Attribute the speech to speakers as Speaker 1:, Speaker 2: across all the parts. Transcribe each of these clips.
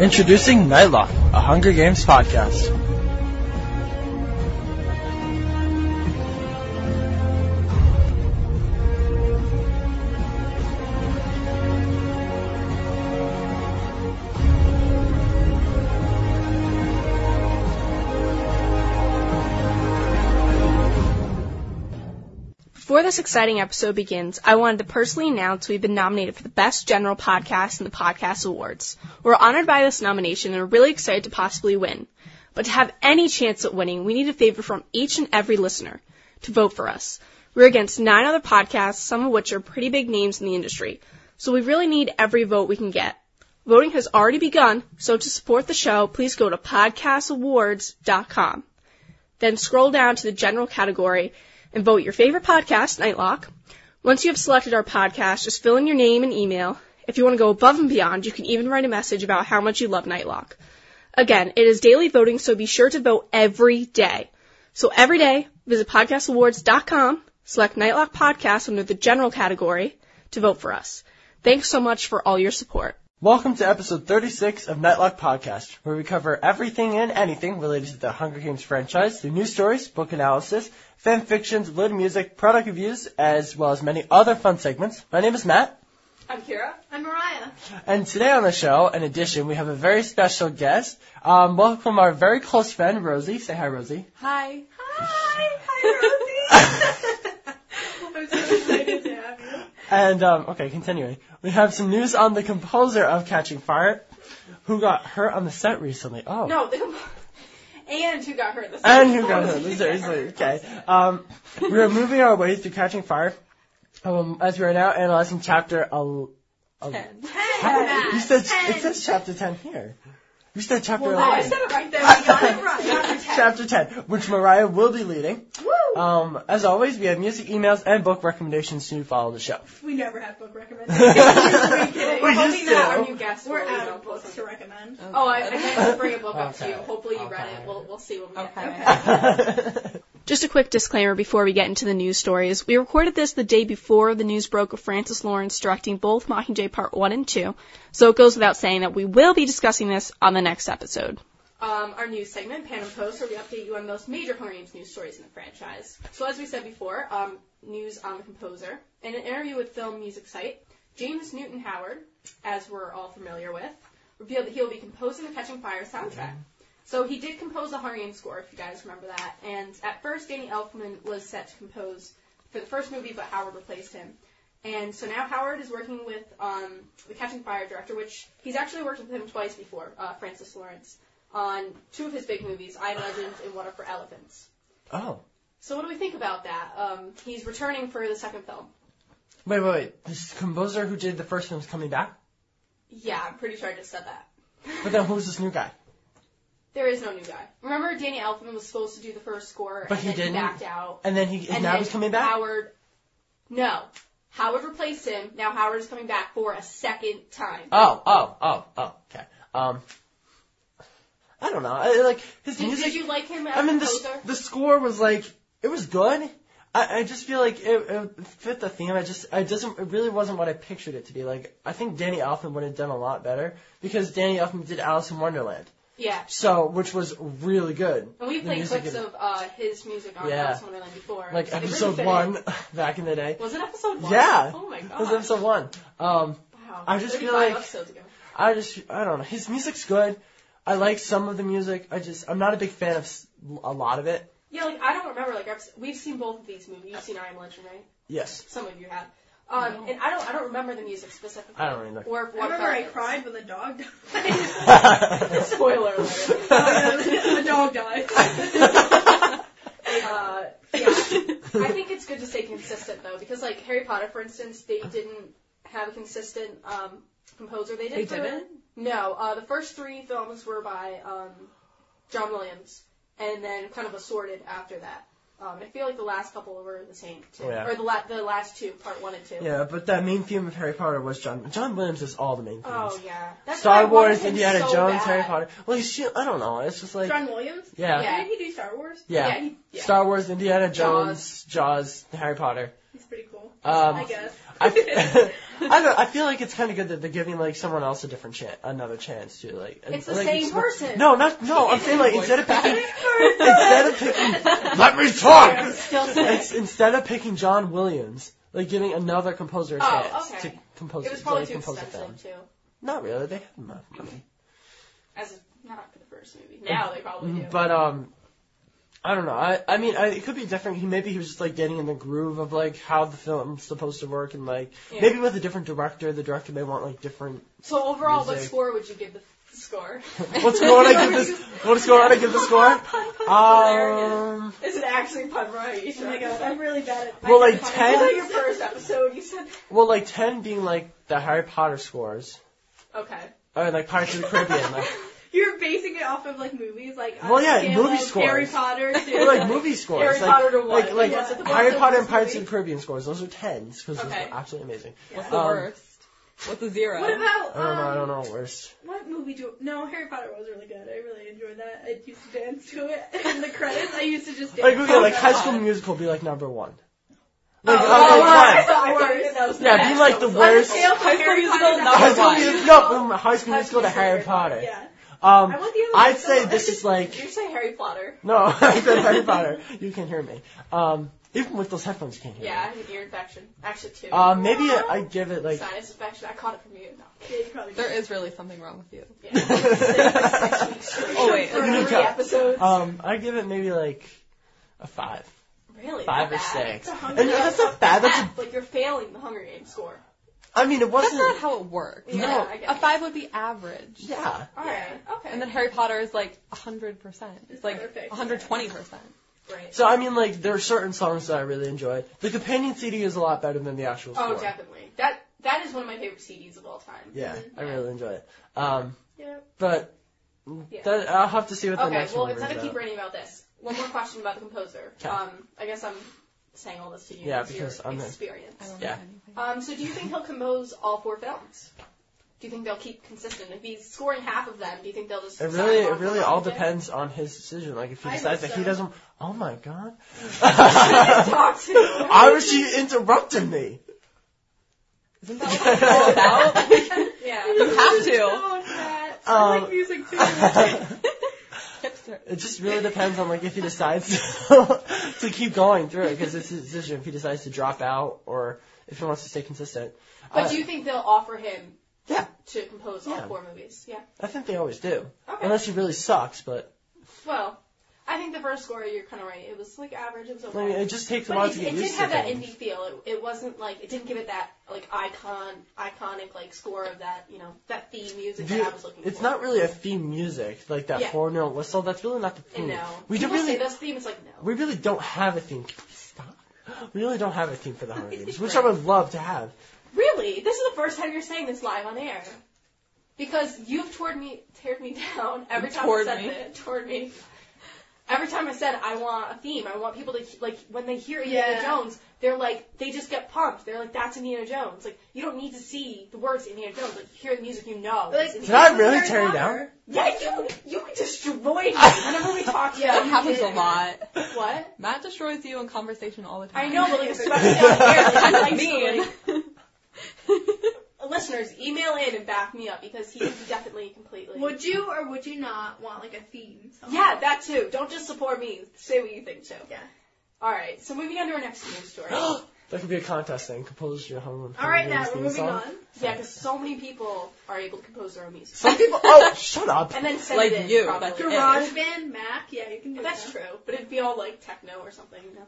Speaker 1: Introducing Nightlock, a Hunger Games podcast.
Speaker 2: Before this exciting episode begins, I wanted to personally announce we've been nominated for the Best General Podcast in the Podcast Awards. We're honored by this nomination and are really excited to possibly win. But to have any chance at winning, we need a favor from each and every listener to vote for us. We're against nine other podcasts, some of which are pretty big names in the industry. So we really need every vote we can get. Voting has already begun, so to support the show, please go to podcastawards.com. Then scroll down to the general category and vote your favorite podcast, Nightlock. Once you have selected our podcast, just fill in your name and email. If you want to go above and beyond, you can even write a message about how much you love Nightlock. Again, it is daily voting, so be sure to vote every day. So every day, visit podcastawards.com, select Nightlock Podcast under the general category to vote for us. Thanks so much for all your support.
Speaker 1: Welcome to episode 36 of Nightlock Podcast, where we cover everything and anything related to the Hunger Games franchise through news stories, book analysis, fan fictions, lit music, product reviews, as well as many other fun segments. My name is Matt.
Speaker 2: I'm Kira. I'm Mariah.
Speaker 1: And today on the show, in addition, we have a very special guest. Um, welcome our very close friend, Rosie. Say hi, Rosie.
Speaker 2: Hi.
Speaker 3: Hi, hi, Rosie. I'm so excited to have you.
Speaker 1: And, um, okay, continuing. We have some news on the composer of Catching Fire, who got hurt on the set recently. Oh.
Speaker 2: No, and who got hurt this
Speaker 1: And who got hurt seriously. Okay. Um, we are moving our way through Catching Fire, um, as we are now analyzing chapter el- el-
Speaker 3: Matt,
Speaker 1: You said,
Speaker 3: ten.
Speaker 1: it says chapter 10 here. You said chapter
Speaker 3: Well, I
Speaker 1: 11.
Speaker 3: said it right there. We got it right.
Speaker 1: Chapter 10, which Mariah will be leading.
Speaker 3: Woo!
Speaker 1: Um, as always, we have music emails and book recommendations to follow the show.
Speaker 3: We never have book recommendations. Are you kidding?
Speaker 1: We
Speaker 3: We're,
Speaker 1: just
Speaker 2: Hoping that
Speaker 1: do.
Speaker 2: our new guest will
Speaker 3: out
Speaker 2: read
Speaker 3: of
Speaker 2: a book.
Speaker 3: books to recommend.
Speaker 2: Oh, I, I meant to bring a book up to you.
Speaker 1: Okay.
Speaker 2: Hopefully you read
Speaker 1: Okay.
Speaker 2: it. We'll, we'll see when we get
Speaker 3: Okay.
Speaker 2: there. Just a quick disclaimer before we get into the news stories. We recorded this the day before the news broke of Francis Lawrence directing both Mockingjay Part 1 and 2, so it goes without saying that we will be discussing this on the next episode. Um, our news segment, Pan and Post, where we update you on most major Hunger Games news stories in the franchise. So as we said before, um, news on the composer, and an interview with film music site, James Newton Howard, as we're all familiar with, revealed that he will be composing the Catching Fire soundtrack. So he did compose the Hunger Games score, if you guys remember that. And at first, Danny Elfman was set to compose for the first movie, but Howard replaced him. And so now Howard is working with um, the Catching Fire director, which he's actually worked with him twice before, uh, Francis Lawrence, on two of his big movies, I Legend and Water for Elephants.
Speaker 1: oh.
Speaker 2: So what do we think about that? Um, he's returning for the second film.
Speaker 1: Wait, wait, wait. This composer who did the first film's coming back?
Speaker 2: Yeah, I'm pretty sure I just said that.
Speaker 1: But then who's this new guy?
Speaker 2: There is no new guy. Remember, Danny Elfman was supposed to do the first score,
Speaker 1: But
Speaker 2: and
Speaker 1: he
Speaker 2: then
Speaker 1: didn't?
Speaker 2: he backed out.
Speaker 1: And then he, and now
Speaker 2: then
Speaker 1: he's coming back?
Speaker 2: Howard, no, Howard replaced him. Now Howard is coming back for a second time.
Speaker 1: Oh, oh, oh, oh, okay. Um, I don't know. I, like, his
Speaker 2: did,
Speaker 1: music.
Speaker 2: did you like him as
Speaker 1: I mean, the, s-
Speaker 2: composer?
Speaker 1: the score was like, it was good. I, I just feel like it, it fit the theme. I just, I doesn't, it really wasn't what I pictured it to be. Like, I think Danny Elfman would have done a lot better because Danny Elfman did Alice in Wonderland.
Speaker 2: yeah,
Speaker 1: So, which was really good.
Speaker 2: and we
Speaker 1: The
Speaker 2: played
Speaker 1: music
Speaker 2: clips
Speaker 1: is-
Speaker 2: of uh, his music on
Speaker 1: Yeah.
Speaker 2: Alice in Wonderland before.
Speaker 1: Like
Speaker 2: They really
Speaker 1: episode
Speaker 2: fit
Speaker 1: one
Speaker 2: in.
Speaker 1: back in the day.
Speaker 2: Was it episode one?
Speaker 1: Yeah.
Speaker 2: Oh my god.
Speaker 1: That was episode one. Um,
Speaker 2: wow.
Speaker 1: I just feel
Speaker 2: 35
Speaker 1: like-
Speaker 2: episodes ago.
Speaker 1: I just, I don't know. His music's good. I like some of the music. I just, I'm not a big fan of s- a lot of it.
Speaker 2: Yeah, like I don't remember. Like I've, we've seen both of these movies. You've seen I Am Legend, right?
Speaker 1: Yes.
Speaker 2: Some of you have. Um, and I don't, I don't remember the music specifically.
Speaker 1: I don't really know.
Speaker 2: Or if
Speaker 3: I
Speaker 2: what
Speaker 3: remember I
Speaker 2: felt-
Speaker 3: cried when the dog died.
Speaker 2: Spoiler alert.
Speaker 3: the dog died.
Speaker 2: Uh, yeah. I think it's good to stay consistent though, because like Harry Potter, for instance, they didn't have a consistent um, composer. They did.
Speaker 3: They
Speaker 2: for-
Speaker 3: didn't?
Speaker 2: No, uh, the first three films were by um, John Williams, and then kind of assorted after that. Um, I feel like the last couple were the same, too.
Speaker 1: Oh, Yeah.
Speaker 2: or the la- the last two, part one and two.
Speaker 1: Yeah, but that main theme of Harry Potter was John. John Williams is all the main themes.
Speaker 2: Oh yeah. That's why I
Speaker 1: Star
Speaker 2: wanted
Speaker 1: Wars,
Speaker 2: him
Speaker 1: Indiana
Speaker 2: so
Speaker 1: Jones,
Speaker 2: bad.
Speaker 1: Harry Potter. Well, he's, shit, I don't know. It's just like
Speaker 3: John Williams?
Speaker 1: yeah,
Speaker 2: Yeah.
Speaker 3: Didn't he do Star Wars?
Speaker 1: yeah.
Speaker 2: he- yeah.
Speaker 1: Star Wars, Indiana Jones, Jaws, Harry Potter.
Speaker 3: He's pretty cool.
Speaker 1: Um,
Speaker 2: I guess.
Speaker 1: I, f- I, don't, I feel like it's kind of good that they're giving like someone else a different chance, another chance to like.
Speaker 2: It's the
Speaker 1: like,
Speaker 2: same
Speaker 1: it's-
Speaker 2: person.
Speaker 1: No, not no. Oh, I'm saying like instead of picking, instead of picking, let me
Speaker 2: I'm
Speaker 1: talk.
Speaker 2: still sick.
Speaker 1: It's, instead of picking John Williams, like giving another composer a
Speaker 2: Oh,
Speaker 1: chance
Speaker 2: okay.
Speaker 1: to compose.
Speaker 2: It was probably
Speaker 1: like,
Speaker 2: too
Speaker 1: compose a film.
Speaker 2: expensive too.
Speaker 1: Not really. They have enough money.
Speaker 2: As a, not for the first movie. Now they probably do.
Speaker 1: But um, I don't know. I I mean, I, it could be different. He maybe he was just like getting in the groove of like how the film's supposed to work, and like
Speaker 2: Yeah.
Speaker 1: maybe with a different director, the director may want like different.
Speaker 2: so overall, what
Speaker 1: Music.
Speaker 2: score would you give the f- score?
Speaker 1: What's going on? Give this. What's going on? I give the score. Um,
Speaker 2: Is it actually pun right?
Speaker 3: Oh my god, I'm really bad at
Speaker 1: Well, like,
Speaker 3: I-
Speaker 2: I
Speaker 1: ten-
Speaker 2: saw your first episode. You said
Speaker 1: well, like ten being like the Harry Potter scores,
Speaker 2: okay.
Speaker 1: or like Pirates of the Caribbean. Like,
Speaker 3: You're basing it off of like movies, like on
Speaker 1: Well,
Speaker 3: a
Speaker 1: yeah,
Speaker 3: scale
Speaker 1: movie
Speaker 3: of
Speaker 1: scores.
Speaker 3: Harry Potter to
Speaker 1: Or like movie scores,
Speaker 2: Harry
Speaker 1: like,
Speaker 2: Potter to what?
Speaker 1: like like
Speaker 2: What's at the
Speaker 1: Harry
Speaker 2: bottom
Speaker 1: Potter
Speaker 2: of
Speaker 1: and
Speaker 2: this
Speaker 1: Pirates of
Speaker 2: movie?
Speaker 1: the Caribbean scores. Those are tens because those
Speaker 2: Okay.
Speaker 1: are absolutely amazing.
Speaker 3: What's
Speaker 4: the
Speaker 1: Um,
Speaker 4: worst? What's the zero?
Speaker 3: What
Speaker 1: I don't
Speaker 3: about
Speaker 1: know. I don't
Speaker 3: um,
Speaker 1: know. Worst.
Speaker 3: what movie do? No, Harry Potter was really good. I really enjoyed that. I used to dance to it in the credits. I used to just dance.
Speaker 1: Like okay, like High
Speaker 2: God.
Speaker 1: School Musical be like number one.
Speaker 2: Oh,
Speaker 1: Like,
Speaker 2: oh,
Speaker 1: okay,
Speaker 2: oh, I
Speaker 1: fine.
Speaker 2: thought- I thought you said that was
Speaker 1: Yeah,
Speaker 2: bad.
Speaker 1: be like the
Speaker 2: So,
Speaker 1: worst.
Speaker 2: scale from
Speaker 3: High School
Speaker 2: Harry
Speaker 3: Musical
Speaker 2: Potter to
Speaker 3: number
Speaker 1: High School
Speaker 3: one.
Speaker 1: Musical, no, um, High School Musical to Harry Potter.
Speaker 3: Yeah.
Speaker 1: Um,
Speaker 3: I want the other
Speaker 1: I'd
Speaker 3: one
Speaker 1: say
Speaker 3: somewhere.
Speaker 1: this is like
Speaker 2: Did you say Harry Potter?
Speaker 1: no, I said Harry Potter. You can hear me. Um, even with those headphones, you can't hear
Speaker 2: Yeah, I
Speaker 1: me.
Speaker 2: have an ear infection. Actually, two.
Speaker 1: Um, maybe I, I give it like.
Speaker 2: Sinus infection. I caught it from you. No.
Speaker 3: Yeah, you probably
Speaker 5: There is really something wrong with you.
Speaker 1: oh
Speaker 5: wait,
Speaker 2: For
Speaker 1: you can
Speaker 2: three
Speaker 1: tell.
Speaker 2: episodes.
Speaker 1: Um, I give it maybe like a five,
Speaker 2: really?
Speaker 1: five or
Speaker 2: Bad.
Speaker 1: six.
Speaker 3: The Hunger
Speaker 1: And that's not bad. That's a,
Speaker 2: Bad, like you're failing the Hunger Games score.
Speaker 1: I mean, it
Speaker 5: That's
Speaker 1: wasn't.
Speaker 5: not how it works.
Speaker 1: No.
Speaker 2: Yeah, I
Speaker 5: A
Speaker 2: guess.
Speaker 5: five would be average.
Speaker 1: yeah.
Speaker 2: All right. Okay.
Speaker 5: And then Harry Potter is like 100%. It's like
Speaker 3: Perfect.
Speaker 5: 120%.
Speaker 2: Great.
Speaker 1: So I mean, like there are certain songs that I really enjoy. The companion CD is a lot better than the actual score.
Speaker 2: Oh, definitely. That that is one of my favorite CDs of all time.
Speaker 1: Yeah, I
Speaker 2: Yeah.
Speaker 1: really enjoy it. Um,
Speaker 3: Yeah.
Speaker 1: but
Speaker 2: Yeah.
Speaker 1: that, I'll have to see what the
Speaker 2: Okay.
Speaker 1: next
Speaker 2: Well,
Speaker 1: one
Speaker 2: it's not
Speaker 1: is.
Speaker 2: a keep
Speaker 1: about.
Speaker 2: reading about this. One more question about the composer.
Speaker 1: 'Kay.
Speaker 2: Um, I guess I'm saying all this to you.
Speaker 1: Yeah,
Speaker 2: with your
Speaker 1: because I'm the-
Speaker 5: I
Speaker 2: experience.
Speaker 5: don't
Speaker 1: Yeah.
Speaker 5: know anything.
Speaker 2: Um, so do you think he'll compose all four films? Do you think they'll keep consistent? If he's scoring half of them, do you think they'll just?
Speaker 1: It really,
Speaker 2: sign
Speaker 1: it
Speaker 2: off
Speaker 1: really
Speaker 2: on
Speaker 1: all
Speaker 2: it?
Speaker 1: depends on his decision. Like if he
Speaker 3: I
Speaker 1: decides
Speaker 3: hope
Speaker 1: that he
Speaker 3: so.
Speaker 1: doesn't, oh my god,
Speaker 2: Talk to me.
Speaker 1: I was she interrupted me.
Speaker 5: Isn't that what it's all about?
Speaker 2: Yeah.
Speaker 5: You have to.
Speaker 3: Oh, that. I
Speaker 1: Um,
Speaker 3: like music too.
Speaker 5: Hipster.
Speaker 1: It just really depends on like if he decides to, keep going through it because it's his decision. If he decides to drop out or if he wants to stay consistent.
Speaker 2: But
Speaker 1: Uh,
Speaker 2: do you think they'll offer him
Speaker 1: Yeah.
Speaker 2: to compose
Speaker 1: Yeah. Uh,
Speaker 2: all four movies? Yeah.
Speaker 1: I think they always do,
Speaker 2: Okay.
Speaker 1: unless he really sucks. But
Speaker 2: Well, I think the first score you're kind of right. It was like average. It was
Speaker 1: I mean,
Speaker 2: okay.
Speaker 1: it just takes a while
Speaker 2: But
Speaker 1: to
Speaker 2: it,
Speaker 1: get
Speaker 2: it
Speaker 1: used
Speaker 2: did
Speaker 1: to
Speaker 2: have that
Speaker 1: things.
Speaker 2: indie feel. It, it wasn't like it didn't give it that like icon iconic like score of that you know that theme music
Speaker 1: Dude,
Speaker 2: that I was looking
Speaker 1: It's
Speaker 2: for.
Speaker 1: not really a theme music, like that
Speaker 2: Yeah.
Speaker 1: four note whistle. That's really not the
Speaker 2: And
Speaker 1: theme.
Speaker 2: no,
Speaker 1: We do
Speaker 2: People say
Speaker 1: really,
Speaker 2: that's theme. It's like no.
Speaker 1: we really don't have a theme. Can we Stop. We really don't have a theme for the Hunger Games, which I would love to have.
Speaker 2: Really, this is the first time you're saying this live on air. Because you've toured me, teared me down every time I
Speaker 5: Toured
Speaker 2: said
Speaker 5: me?
Speaker 2: it. Toured me. Every time I said I want a theme, I want people to like when they hear Indiana
Speaker 3: Yeah.
Speaker 2: Jones, they're like they just get pumped. They're like that's Indiana Jones. Like you don't need to see the words Indiana Jones. Like you hear the music, you know. it's
Speaker 3: Like,
Speaker 1: Did I
Speaker 2: Indiana-
Speaker 1: really
Speaker 3: Harry
Speaker 1: tear you
Speaker 3: Potter.
Speaker 1: down?
Speaker 2: yeah, you you destroyed me whenever we talked.
Speaker 3: Yeah.
Speaker 5: That
Speaker 2: Yeah,
Speaker 5: happens a lot.
Speaker 2: what?
Speaker 5: Matt destroys you in conversation all the time.
Speaker 2: I know, but like especially on air, like,
Speaker 5: Kind of
Speaker 2: like,
Speaker 5: mean.
Speaker 2: like, listeners, email in and back me up because he definitely completely.
Speaker 3: Would you or would you not want like a theme? Song?
Speaker 2: Yeah, that too. Don't just support me. Say what you think too.
Speaker 3: Yeah.
Speaker 2: All right. So moving on to our next news story.
Speaker 1: That could be a contest thing. Compose your Hunger
Speaker 3: All right,
Speaker 1: Hunger
Speaker 3: now
Speaker 1: Games
Speaker 3: we're
Speaker 1: theme
Speaker 3: moving
Speaker 1: song.
Speaker 3: on.
Speaker 2: yeah, because so many people are able to compose their own music.
Speaker 1: Some people. Oh, shut up.
Speaker 2: and then send
Speaker 5: Like
Speaker 2: it in,
Speaker 5: you,
Speaker 2: probably.
Speaker 5: like you.
Speaker 3: Garage Band, Mac. Yeah, you can do
Speaker 2: That's
Speaker 3: that.
Speaker 2: true, but it'd be all like techno or something. You know?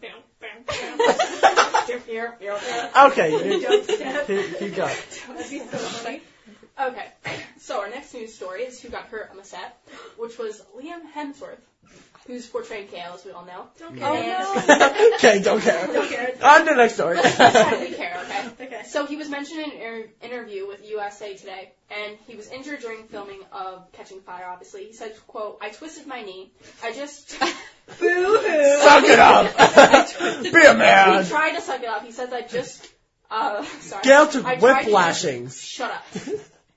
Speaker 1: Okay, you-
Speaker 3: Don't step.
Speaker 1: keep, keep going.
Speaker 3: That'd be so funny.
Speaker 2: okay. So our next news story is who got hurt on the set, which was Liam Hemsworth, who's portraying Kale, as we all know.
Speaker 3: Don't
Speaker 1: Oh,
Speaker 3: care.
Speaker 1: okay, don't care.
Speaker 3: Don't care.
Speaker 1: On to the next story.
Speaker 2: Let's pretend we care, okay?
Speaker 3: Okay.
Speaker 2: So he was mentioned in an inter- interview with USA Today, and he was injured during filming of Catching Fire. Obviously, he said, "quote I twisted my knee. I just
Speaker 3: Boo hoo.
Speaker 1: Suck it up. be a
Speaker 2: he
Speaker 1: man.
Speaker 2: tried to suck it up. He says I just uh sorry.
Speaker 1: Gail took
Speaker 2: I tried to-
Speaker 1: whiplashings.
Speaker 2: Shut up.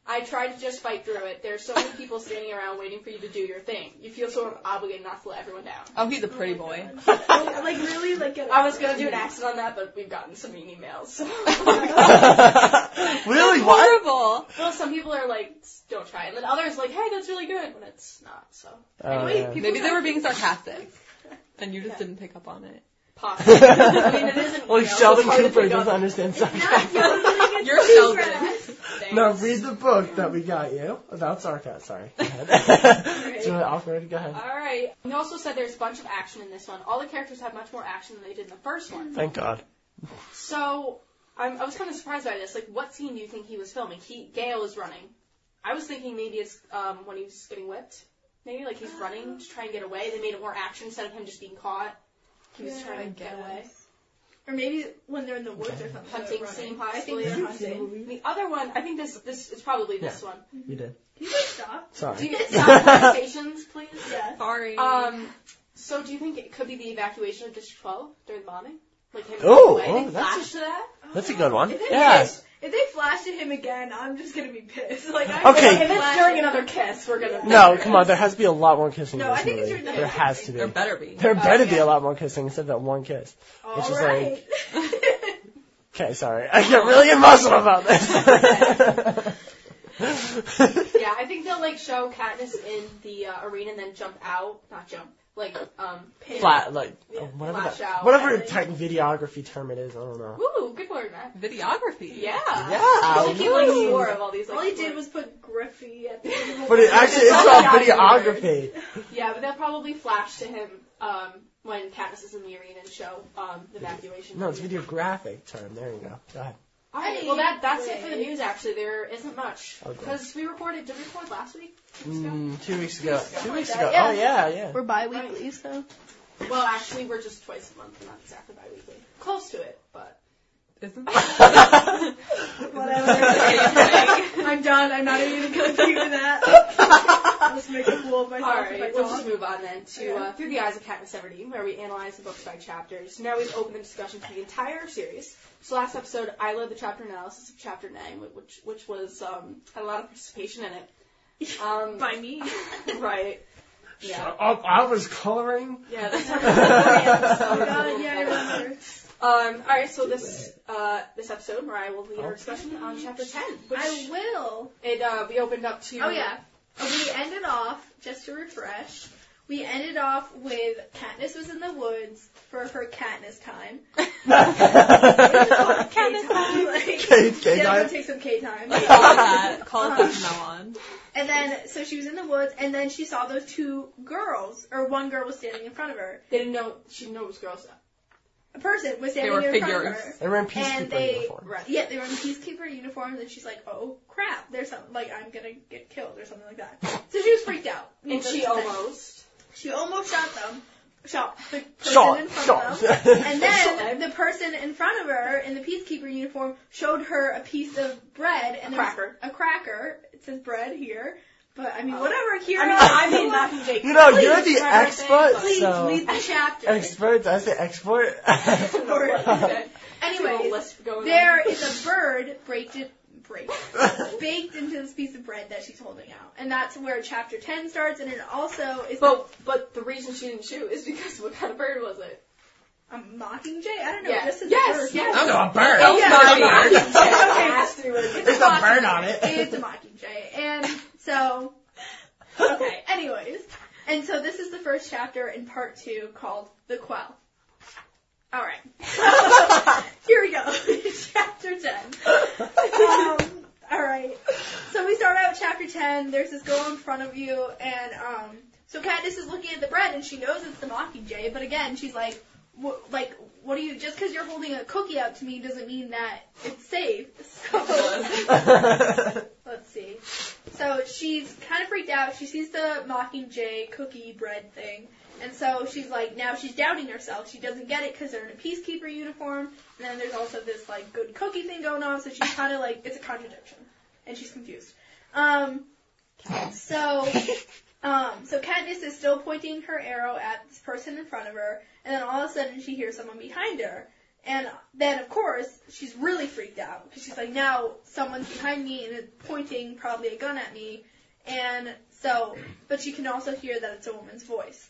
Speaker 2: I try to just fight through it. There's so many people standing around waiting for you to do your thing. You feel sort of obligated not to let everyone down.
Speaker 5: Oh, he's a pretty boy.
Speaker 3: Oh, like really, like get
Speaker 2: I was gonna do an accent on that, but we've gotten some mean emails. So.
Speaker 1: really?
Speaker 5: That's
Speaker 1: What?
Speaker 5: Horrible.
Speaker 2: well, some people are like, don't try, and then others like, hey, that's really good, when it's not. So
Speaker 1: Oh,
Speaker 3: Wait,
Speaker 1: yeah.
Speaker 3: people-
Speaker 5: Maybe they were being sarcastic, and you just didn't pick up on it.
Speaker 2: possible. I mean, it isn't.
Speaker 1: Like
Speaker 2: you know,
Speaker 1: Sheldon
Speaker 2: it's hard to
Speaker 1: Cooper
Speaker 2: pick up
Speaker 1: doesn't understand
Speaker 3: Not
Speaker 1: sarcasm.
Speaker 3: Sheldon. it's
Speaker 5: You're
Speaker 3: Cooper.
Speaker 5: Sheldon.
Speaker 2: things.
Speaker 1: No, read the book that we got you about sarcasm. Sorry. Go ahead. it's really awkward. Go ahead.
Speaker 2: All right. We also said there's a bunch of action in this one. All the characters have much more action than they did in the first one.
Speaker 1: Thank God.
Speaker 2: So I'm, I was kind of surprised by this. Like, what scene do you think he was filming? He Gale is running. I was thinking maybe it's um, when he's getting whipped. Maybe like he's running to try and get away. They made it more action instead of him just being caught. He was
Speaker 3: Yeah,
Speaker 2: trying
Speaker 5: I
Speaker 2: to get away.
Speaker 3: Or maybe when they're in the woods or something.
Speaker 2: Hunting
Speaker 3: they're
Speaker 2: scene
Speaker 3: running. I think
Speaker 2: possibly.
Speaker 3: they're
Speaker 2: You
Speaker 3: hunting.
Speaker 2: And the other one, I think this this is probably this one.
Speaker 1: You did.
Speaker 3: Can you guys stop?
Speaker 2: Do
Speaker 1: Sorry.
Speaker 2: you stop conversations, please?
Speaker 3: Yeah.
Speaker 5: Sorry.
Speaker 2: Um, so do you think it could be the evacuation of District 12 during the bombing? Like him
Speaker 1: Oh,
Speaker 2: away,
Speaker 1: oh,
Speaker 2: they
Speaker 1: that's
Speaker 2: flashed to that?
Speaker 1: That's a good one.
Speaker 3: If they,
Speaker 1: Yeah.
Speaker 3: if they flash at him again, I'm just gonna be pissed. Like I
Speaker 1: Okay.
Speaker 2: If it's during another kiss, we're gonna.
Speaker 1: No, come on. There has to be a lot more kissing
Speaker 3: No,
Speaker 1: in this
Speaker 3: I think it's
Speaker 1: movie.
Speaker 3: written
Speaker 1: there
Speaker 3: down.
Speaker 1: has to be.
Speaker 5: there better be.
Speaker 1: There better be
Speaker 2: yeah.
Speaker 1: a lot more kissing instead of that one kiss. It's
Speaker 3: All
Speaker 1: just
Speaker 3: right.
Speaker 1: Okay, sorry. I get really emotional about this.
Speaker 2: Yeah, I think they'll like show Katniss in the uh, arena and then jump out, not jump, like um. Pin.
Speaker 1: Flat, like
Speaker 2: Yeah,
Speaker 1: whatever
Speaker 2: flash
Speaker 1: that,
Speaker 2: out.
Speaker 1: whatever type of videography term it is. I don't know.
Speaker 2: Woo, good word, Matt.
Speaker 5: Videography.
Speaker 2: Yeah.
Speaker 1: Yeah,
Speaker 2: Like, you like
Speaker 1: woo.
Speaker 2: swore of all these. Like,
Speaker 3: All he did
Speaker 2: words.
Speaker 3: was put Griffey at the end of
Speaker 1: But it actually it's called videography.
Speaker 2: Yeah, but they'll probably flash to him um when Katniss is in the arena and show um the evacuation.
Speaker 1: No, it's videographic term. There you go. Go ahead.
Speaker 2: All right, well that that's it for the news. Actually, there isn't much
Speaker 1: Okay.
Speaker 2: because we recorded. Did we record last week?
Speaker 1: Mm, two weeks ago. Two weeks
Speaker 3: Yeah.
Speaker 1: ago. Oh yeah, yeah.
Speaker 4: We're bi-weekly, so.
Speaker 2: Well, actually, we're just twice a month, not exactly bi-weekly. Close to it, but
Speaker 5: Isn't
Speaker 3: Whatever. I'm done. I'm not even gonna continue with that. I'll just make a fool of myself
Speaker 2: all
Speaker 3: if I
Speaker 2: right. We'll just
Speaker 3: talk.
Speaker 2: move on then to uh,
Speaker 3: Yeah.
Speaker 2: through the eyes of Katniss Everdeen, where we analyze the books by chapters. Now we've opened the discussion to the entire series. So last episode, I led the chapter analysis of chapter nine, whi- which which was um, had a lot of participation in it. Um,
Speaker 3: By me.
Speaker 2: right. Yeah.
Speaker 1: Shut up. I was coloring.
Speaker 2: Yeah. That's
Speaker 3: Oh god, yeah, I remember.
Speaker 2: Um, all right, so this uh, this episode, Mariah will lead our discussion on chapter ten, which
Speaker 3: I will.
Speaker 2: it uh, we opened up to.
Speaker 3: Oh yeah. We ended off just to refresh. We ended off with Katniss was in the woods for her Katniss time.
Speaker 1: Kate,
Speaker 3: Katniss time. Like,
Speaker 1: Kate,
Speaker 3: yeah, I'm
Speaker 1: guys.
Speaker 3: gonna take some K time.
Speaker 5: Call it that. Call it that from now on.
Speaker 3: And then, so she was in the woods, and then she saw those two girls, or one girl was standing in front of her.
Speaker 2: They didn't know she didn't know it was girls.
Speaker 3: A person was standing
Speaker 5: were
Speaker 3: in front of
Speaker 5: figures.
Speaker 3: her.
Speaker 1: They were in
Speaker 3: And
Speaker 1: peacekeeper
Speaker 3: they,
Speaker 1: uniform.
Speaker 2: Right.
Speaker 3: yeah, they were in peacekeeper uniforms, and she's like, "Oh crap, there's something like I'm gonna get killed or something like that." So she was freaked out,
Speaker 2: And she almost.
Speaker 3: she almost shot them, shot the person in
Speaker 1: Shot,
Speaker 3: front of
Speaker 1: shot.
Speaker 3: them. And then the person in front of her in the peacekeeper uniform showed her a piece of bread and
Speaker 2: A
Speaker 3: there was
Speaker 2: cracker. Oh.
Speaker 3: A cracker. It says bread here, but I mean whatever. Here,
Speaker 2: I mean, I mean, Mac and Jake.
Speaker 1: you know,
Speaker 3: Please,
Speaker 1: you're the
Speaker 2: Mariah,
Speaker 1: expert,
Speaker 3: please
Speaker 1: so
Speaker 3: lead the chapter.
Speaker 1: expert. I say expert.
Speaker 3: Or-
Speaker 2: Anyway,
Speaker 3: Anyways,
Speaker 2: lisp going
Speaker 3: there
Speaker 2: on.
Speaker 3: is a bird baked in, break, baked into this piece of bread that she's holding out, and that's where chapter ten starts. And it also is
Speaker 2: But but the reason she didn't shoot is because what kind of bird was it?
Speaker 3: a mockingjay. I don't know.
Speaker 2: Yes,
Speaker 3: This is
Speaker 2: yes,
Speaker 3: a bird.
Speaker 2: yes.
Speaker 1: I'm a bird.
Speaker 5: Oh,
Speaker 3: Yeah.
Speaker 5: sorry.
Speaker 1: There's a bird on it.
Speaker 3: It's a mockingjay, and so okay. Anyways, and so this is the first chapter in part two called the Quell. All right, here we go. chapter ten. um, all right. So we start out with chapter 10. There's this girl in front of you, and um, so Katniss is looking at the bread, and she knows it's the Mockingjay, but again, she's like, "Wha- like, what do you, just because you're holding a cookie out to me doesn't mean that it's safe. So, let's see. So she's kind of freaked out. She sees the Mockingjay cookie bread thing. And so she's like, now she's doubting herself. She doesn't get it because they're in a peacekeeper uniform. And then there's also this like good cookie thing going on. So she's kind of like, it's a contradiction, and she's confused. Um, so, um, so Katniss is still pointing her arrow at this person in front of her, and then all of a sudden she hears someone behind her, And then, of course, she's really freaked out because she's like, now someone's behind me and is pointing probably a gun at me. And so, but she can also hear that it's a woman's voice.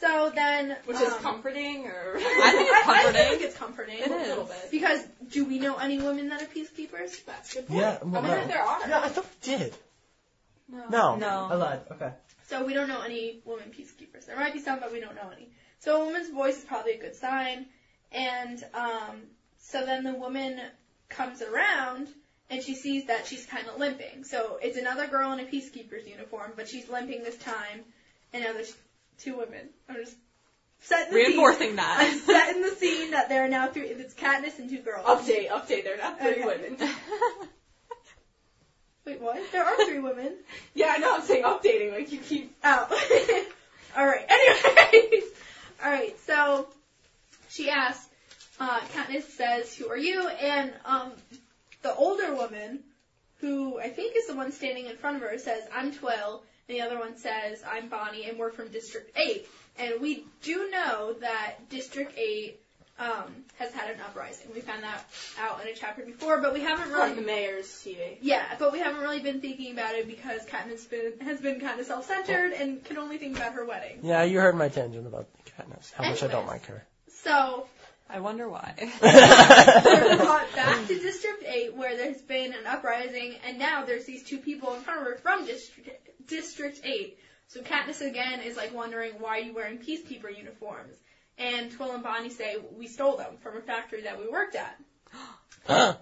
Speaker 3: So then,
Speaker 2: Which is
Speaker 3: um,
Speaker 2: comforting or
Speaker 5: I think it's
Speaker 3: I, I
Speaker 5: comforting.
Speaker 3: think it's comforting.
Speaker 5: It
Speaker 2: a
Speaker 5: is.
Speaker 2: little bit.
Speaker 3: Because do we know any women that are peacekeepers?
Speaker 2: That's a good point.
Speaker 1: Yeah,
Speaker 2: I
Speaker 1: well,
Speaker 2: wonder if
Speaker 1: no.
Speaker 2: there are.
Speaker 1: No, I thought we did. No.
Speaker 5: No.
Speaker 1: I lied. Okay.
Speaker 3: So we don't know any women peacekeepers. There might be some, but we don't know any. So a woman's voice is probably a good sign. And um, so then the woman comes around and she sees that she's kind of limping. So it's another girl in a peacekeeper's uniform, but she's limping this time. And now there's two women. I'm just setting the Scene.
Speaker 5: Reinforcing
Speaker 3: I'm
Speaker 5: that.
Speaker 3: setting the scene that there are now three. It's Katniss and two girls.
Speaker 2: Update, update. They're not three
Speaker 3: Okay.
Speaker 2: women.
Speaker 3: Wait, what? There are three women.
Speaker 2: Yeah, I know. I'm saying updating. Like you keep.
Speaker 3: Oh. All right. Anyways. All right. So she asks. Uh, Katniss says, "Who are you?" And um, the older woman, who I think is the one standing in front of her, says, "I'm Twill," and the other one says, "I'm Bonnie, and we're from District Eight." And we do know that District Eight um, has had an uprising. We found that out in a chapter before, but we haven't really
Speaker 2: From the mayor's TV.
Speaker 3: yeah, but we haven't really been thinking about it because Katniss been, has been kind of self-centered and can only think about her wedding.
Speaker 1: Yeah, you heard my tangent about Katniss. How much I don't
Speaker 3: Anyways.
Speaker 1: like her.
Speaker 3: So
Speaker 5: I wonder why.
Speaker 3: we're brought back to District 8 where there's been an uprising and now there's these two people in front of her from District, District 8. So Katniss again is like wondering why are you wearing peacekeeper uniforms? And Twill and Bonnie say, we stole them from a factory that we worked at.
Speaker 1: Huh.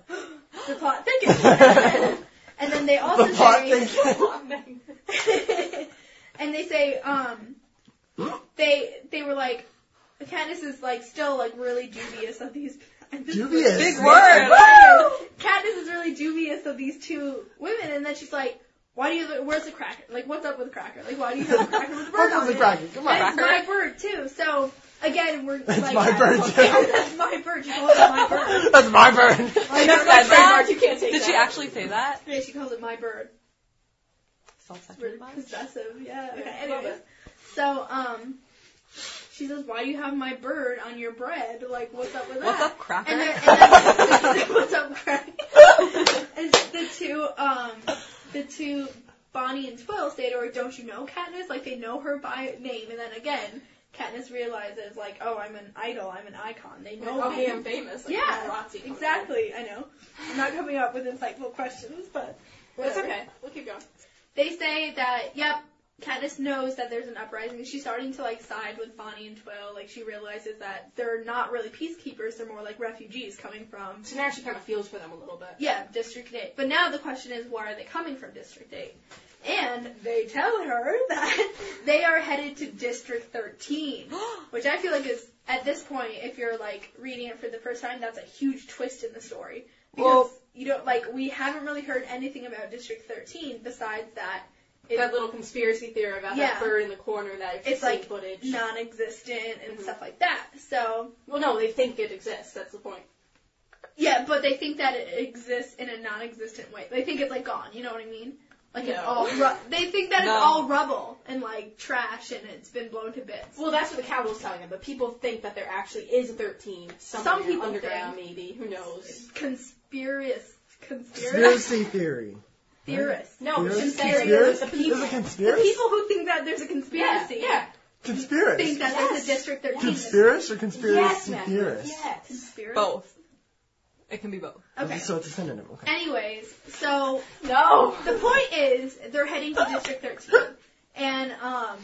Speaker 3: The plot thickens. and then they also
Speaker 1: the plot
Speaker 3: say,
Speaker 1: thing.
Speaker 3: and they say, um, they they were like, Katniss is like still like really dubious of these.
Speaker 1: Dubious.
Speaker 5: Big word.
Speaker 3: Katniss is really dubious of these two women, and then she's like, "Why do you? Where's the cracker? Like, what's up with the cracker? Like, why do you have a cracker with a bird
Speaker 1: What
Speaker 3: on
Speaker 1: was the
Speaker 3: it?
Speaker 1: bracket? Come on.
Speaker 3: And it's my bird too. So again, we're
Speaker 1: It's
Speaker 3: like,
Speaker 1: my bird, too.
Speaker 3: That's my bird. You call it my bird.
Speaker 1: That's my bird.
Speaker 5: I
Speaker 2: That's
Speaker 5: said
Speaker 2: not
Speaker 5: that.
Speaker 2: trademarked. You can't take
Speaker 5: Did
Speaker 2: that.
Speaker 5: she actually say that?
Speaker 3: Yeah, she calls it my bird. It's really
Speaker 5: Self-centered
Speaker 3: possessive, yeah. Okay,
Speaker 2: I love
Speaker 3: anyways. So, um, she says, why do you have my bird on your bread? Like, what's up with
Speaker 5: What's
Speaker 3: that?
Speaker 5: up, cracker?
Speaker 3: And, then, and then, what's up, Craig? and the two, um, the two, Bonnie and Twill say to her, don't you know Katniss? Like, they know her by name. And then again, Katniss realizes, like, oh, I'm an idol, I'm an icon. They know
Speaker 2: Oh,
Speaker 3: me.
Speaker 2: hey, I'm famous. Like,
Speaker 3: Yeah,
Speaker 2: paparazzi.
Speaker 3: Exactly, I know. I'm not coming up with insightful questions, but
Speaker 2: That's
Speaker 3: whatever.
Speaker 2: okay. We'll keep going.
Speaker 3: They say that, yep, Katniss knows that there's an uprising. She's starting to like side with Bonnie and Twill. Like she realizes that they're not really peacekeepers. They're more like refugees coming from
Speaker 2: So now she kind of feels for them a little bit.
Speaker 3: yeah District Eight. But now the question is, why are they coming from District Eight? And they tell her that they are headed to District Thirteen, which I feel like is at this point, if you're like reading it for the first time, that's a huge twist in the story because
Speaker 5: Well-
Speaker 3: you don't like we haven't really heard anything about District Thirteen besides that. it-
Speaker 2: that little conspiracy theory about
Speaker 3: Yeah.
Speaker 2: that bird in the corner that if you
Speaker 3: It's
Speaker 2: see
Speaker 3: like
Speaker 2: footage.
Speaker 3: non-existent and
Speaker 2: Mhm.
Speaker 3: stuff like that. So
Speaker 2: Well, no, they think it exists. That's the point.
Speaker 3: yeah, but they think that it exists in a non-existent way. They think it's like gone. You know what I mean? Like it's
Speaker 2: No.
Speaker 3: all ru- they think that
Speaker 5: No.
Speaker 3: it's all rubble and like trash and it's been blown to bits.
Speaker 2: Well, that's what the cowboy was telling him. But people think that there actually is a 13. Some,
Speaker 3: Some people
Speaker 2: underground, maybe. Who knows?
Speaker 3: Conspiracy, conspiracy
Speaker 1: Conspiracy theory.
Speaker 3: theorists.
Speaker 2: No,
Speaker 1: There's
Speaker 2: she
Speaker 1: a
Speaker 2: said
Speaker 1: conspiracy?
Speaker 2: it was the
Speaker 1: There's
Speaker 2: people.
Speaker 1: a
Speaker 3: The
Speaker 1: conspiracy?
Speaker 3: people who think that there's a
Speaker 2: Yeah,
Speaker 3: conspiracy
Speaker 2: yeah.
Speaker 3: think
Speaker 1: Conspiracy.
Speaker 3: that
Speaker 2: Yes.
Speaker 3: there's a District 13.
Speaker 1: Conspiracy or
Speaker 2: Yes,
Speaker 1: conspiracy
Speaker 2: Matt,
Speaker 1: theorist?
Speaker 2: Yes.
Speaker 3: Conspiracy.
Speaker 5: Both. It can be both.
Speaker 3: Okay.
Speaker 1: So it's a synonym. Okay.
Speaker 3: Anyways, so
Speaker 2: No.
Speaker 5: Oh.
Speaker 3: The point is, they're heading to District 13. And, um,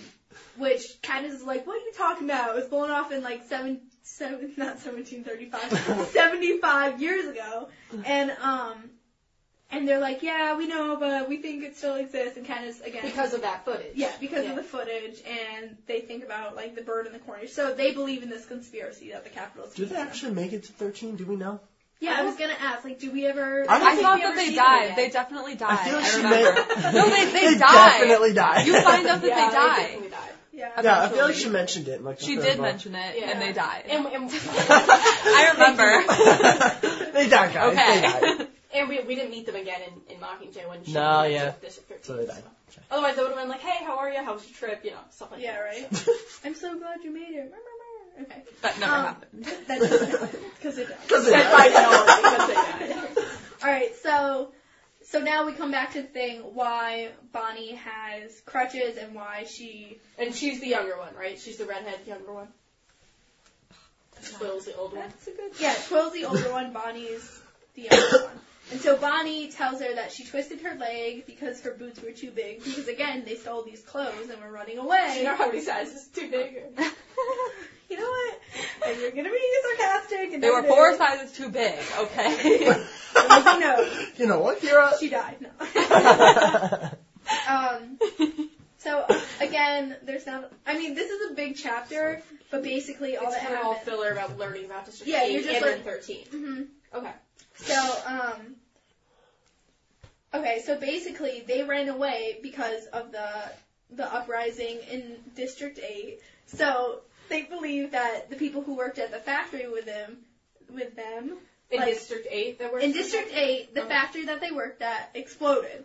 Speaker 3: which Katniss is like, what are you talking about? It was blown off in like seven, seven, not 1735, 75 years ago. And, um, and they're like, yeah, we know, but we think it still exists. And Katniss, again,
Speaker 2: Because of that footage.
Speaker 3: yeah, because
Speaker 2: Yeah.
Speaker 3: of the footage, and they think about like the bird in the corner. So they believe in this conspiracy that the capital.
Speaker 1: Do they actually make it to 13? Do we know?
Speaker 3: Yeah, I was gonna ask, like, do we ever?
Speaker 1: I don't
Speaker 5: I
Speaker 1: think
Speaker 5: thought
Speaker 1: we
Speaker 5: that
Speaker 3: ever
Speaker 5: they
Speaker 3: see
Speaker 5: died.
Speaker 3: them
Speaker 5: They definitely died.
Speaker 1: I feel like she
Speaker 5: remember.
Speaker 1: made.
Speaker 5: No, they- they died.
Speaker 1: definitely died.
Speaker 5: You find out that
Speaker 2: Yeah,
Speaker 5: they die.
Speaker 2: definitely died.
Speaker 3: yeah.
Speaker 1: Yeah, I feel like
Speaker 5: eventually.
Speaker 1: she mentioned it. in, Like the
Speaker 5: She
Speaker 1: third
Speaker 5: did
Speaker 1: book.
Speaker 5: mention it,
Speaker 2: Yeah.
Speaker 5: and they died.
Speaker 2: And, and,
Speaker 5: I remember.
Speaker 1: they died, guys. They died.
Speaker 5: Okay.
Speaker 2: and we, we didn't meet them again in, in Mockingjay when she
Speaker 1: No,
Speaker 2: went to
Speaker 1: yeah.
Speaker 2: District 13.
Speaker 1: So they died.
Speaker 2: Otherwise, I would have been like, hey, how are you? How was your trip? You know, stuff like
Speaker 3: Yeah,
Speaker 2: that.
Speaker 3: right. I'm so glad you made it. Okay.
Speaker 5: That never
Speaker 3: Um,
Speaker 5: happened.
Speaker 3: That doesn't happen because it does.
Speaker 1: Doesn't
Speaker 2: Said by Noah because they died.
Speaker 3: All right, so so now we come back to the thing why Bonnie has crutches and why she
Speaker 2: And she's the younger one, right? She's the redhead younger one. Twill's the older one.
Speaker 5: That's a good.
Speaker 3: yeah Twill's the older one, Bonnie's the younger one. And so Bonnie tells her that she twisted her leg because her boots were too big because again they stole these clothes and were running away.
Speaker 2: You know how many sizes too big?
Speaker 3: You know what? If you're gonna be sarcastic and
Speaker 5: They were
Speaker 3: negative,
Speaker 5: four sizes too big. Okay.
Speaker 3: you know.
Speaker 1: You know what, Kira?
Speaker 3: She died. No.
Speaker 1: That's
Speaker 3: um. So again, there's not. I mean, this is a big chapter, but basically all
Speaker 2: It's
Speaker 3: that
Speaker 2: kind of all
Speaker 3: happens.
Speaker 2: filler about learning about District
Speaker 3: Yeah,
Speaker 2: 8
Speaker 3: you're just
Speaker 2: and
Speaker 3: learn-
Speaker 2: then 13.
Speaker 3: hmm
Speaker 2: Okay.
Speaker 3: So um. Okay, so basically they ran away because of the the uprising in District Eight. So they believe that the people who worked at the factory with them, with them,
Speaker 2: In
Speaker 3: Like-
Speaker 2: District 8 that we're
Speaker 3: In District 8, the
Speaker 2: Okay.
Speaker 3: factory that they worked at exploded.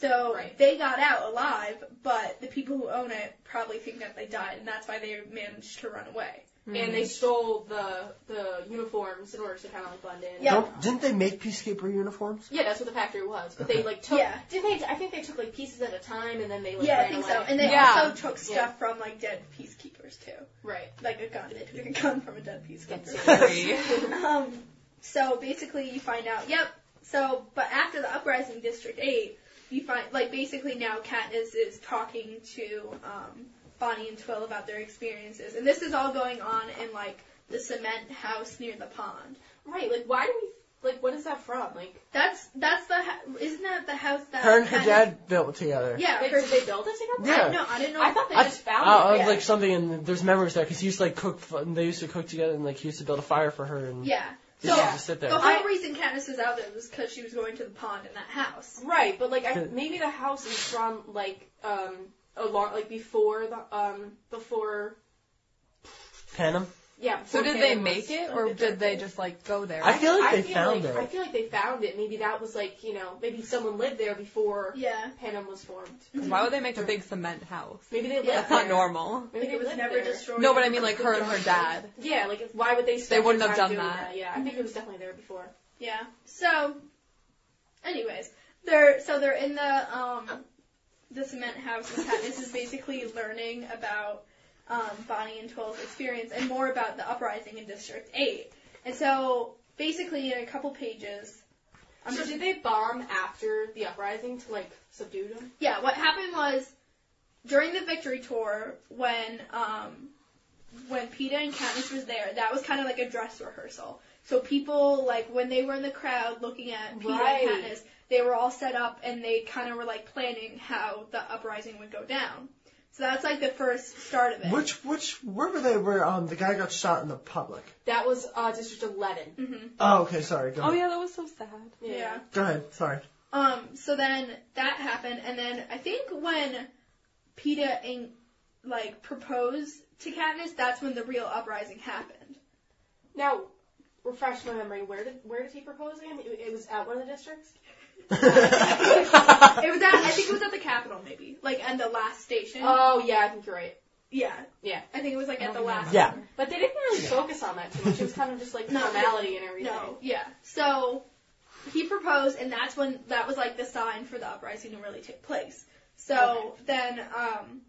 Speaker 3: So
Speaker 2: Right.
Speaker 3: they got out alive, but the people who own it probably think that they died, and that's why they managed to run away.
Speaker 2: And they stole the the uniforms in order to kind of like blend in.
Speaker 3: Yeah.
Speaker 1: Don't, didn't they make Peacekeeper uniforms?
Speaker 2: Yeah, that's what the factory was. But they like took.
Speaker 3: Yeah.
Speaker 2: Didn't they? I think they took like pieces at a time, and then they like
Speaker 3: yeah, I
Speaker 2: ran
Speaker 3: think
Speaker 2: away.
Speaker 3: so. And they
Speaker 5: Yeah.
Speaker 3: also took stuff
Speaker 2: Yeah.
Speaker 3: from like dead peacekeepers too,
Speaker 2: right.
Speaker 3: like a gun. They took a gun from a dead peacekeeper.
Speaker 5: Three.
Speaker 3: Um, so basically, you find out. Yep. So, but after the uprising, District Eight, you find like basically now Katniss is talking to um, Bonnie and Twill about their experiences, and this is all going on in like the cement house near the pond.
Speaker 2: Right. Like, why do we? Like, what is that from? Like,
Speaker 3: That's that's the ho- isn't that the house that
Speaker 1: Her and her
Speaker 3: Katniss-
Speaker 1: dad built together.
Speaker 3: Uh, Yeah.
Speaker 2: wait,
Speaker 3: Her,
Speaker 2: did they build it together?
Speaker 1: Yeah.
Speaker 3: I, no, I didn't know.
Speaker 2: I thought they
Speaker 1: I-
Speaker 2: just found
Speaker 1: Oh,
Speaker 2: it.
Speaker 1: it was
Speaker 3: yeah.
Speaker 1: like something, and there's memories there because he used to like cook. f- and They used to cook together, and like he used to build a fire for her, and
Speaker 3: yeah.
Speaker 1: they used to
Speaker 2: Yeah.
Speaker 1: just sit
Speaker 3: The
Speaker 1: there.
Speaker 3: whole reason Katniss was out there was because she was going to the pond in that house.
Speaker 2: Right, but like I, maybe the house is from like um along like before the um before
Speaker 1: Panem.
Speaker 2: yeah.
Speaker 5: So
Speaker 2: before
Speaker 5: did they
Speaker 2: Canada was-
Speaker 5: make it, or did they just like go there?
Speaker 1: I feel like
Speaker 2: I
Speaker 1: they
Speaker 2: feel
Speaker 1: found
Speaker 2: like,
Speaker 1: it.
Speaker 2: I feel like they found it. Maybe that was like you know maybe someone lived there before
Speaker 3: Yeah.
Speaker 2: Panem was formed.
Speaker 5: 'Cause Why would they make a big cement house?
Speaker 2: Maybe they lived
Speaker 3: Yeah.
Speaker 2: there.
Speaker 5: That's not normal.
Speaker 2: Maybe
Speaker 3: Like,
Speaker 2: they
Speaker 3: it was
Speaker 2: lived
Speaker 3: never
Speaker 2: there.
Speaker 3: destroyed.
Speaker 5: No, but I mean like her and her dad.
Speaker 2: Yeah, like if- why would they? spend
Speaker 5: wouldn't
Speaker 2: their
Speaker 5: have
Speaker 2: time
Speaker 5: done
Speaker 2: doing
Speaker 5: that.
Speaker 2: Yeah, I think it was definitely there before.
Speaker 3: Yeah. So, anyways, they're so they're in the um the cement house, and Katniss is basically learning about um, Bonnie and Twill's experience and more about the uprising in District Eight. And so, basically, in a couple pages, I'm
Speaker 2: so
Speaker 3: just,
Speaker 2: did they bomb after the uprising to like subdue them?
Speaker 3: yeah, what happened was during the victory tour when um when PETA and Katniss was there, that was kind of like a dress rehearsal. So people, like, when they were in the crowd looking at PETA
Speaker 2: Right.
Speaker 3: and Katniss, they were all set up and they kind of were, like, planning how the uprising would go down. So that's, like, the first start of it.
Speaker 1: Which which where were they? Where um the guy got shot in the public?
Speaker 2: That was uh, District Eleven.
Speaker 3: hmm
Speaker 1: Oh, okay, sorry. Go
Speaker 5: Oh
Speaker 1: ahead.
Speaker 5: yeah, that was so sad.
Speaker 3: Yeah.
Speaker 1: Go ahead. Sorry.
Speaker 3: Um, so then that happened, and then I think when PETA, and, like, proposed to Katniss, that's when the real uprising happened.
Speaker 2: Now, refresh my memory. Where did where did he propose again? It, it was at one of the districts.
Speaker 3: It was at, I think it was at the Capitol, maybe. Like, and the last station.
Speaker 2: Oh yeah, I think you're right.
Speaker 3: yeah.
Speaker 2: yeah.
Speaker 3: I think it was, like,
Speaker 5: I
Speaker 3: at the
Speaker 5: don't
Speaker 3: last
Speaker 5: remember.
Speaker 1: yeah.
Speaker 2: But they didn't really focus on that too much. It was kind of just like
Speaker 3: No.
Speaker 2: formality and everything.
Speaker 3: No, yeah. So he proposed, and that's when that was like the sign for the uprising to really take place. So then, um,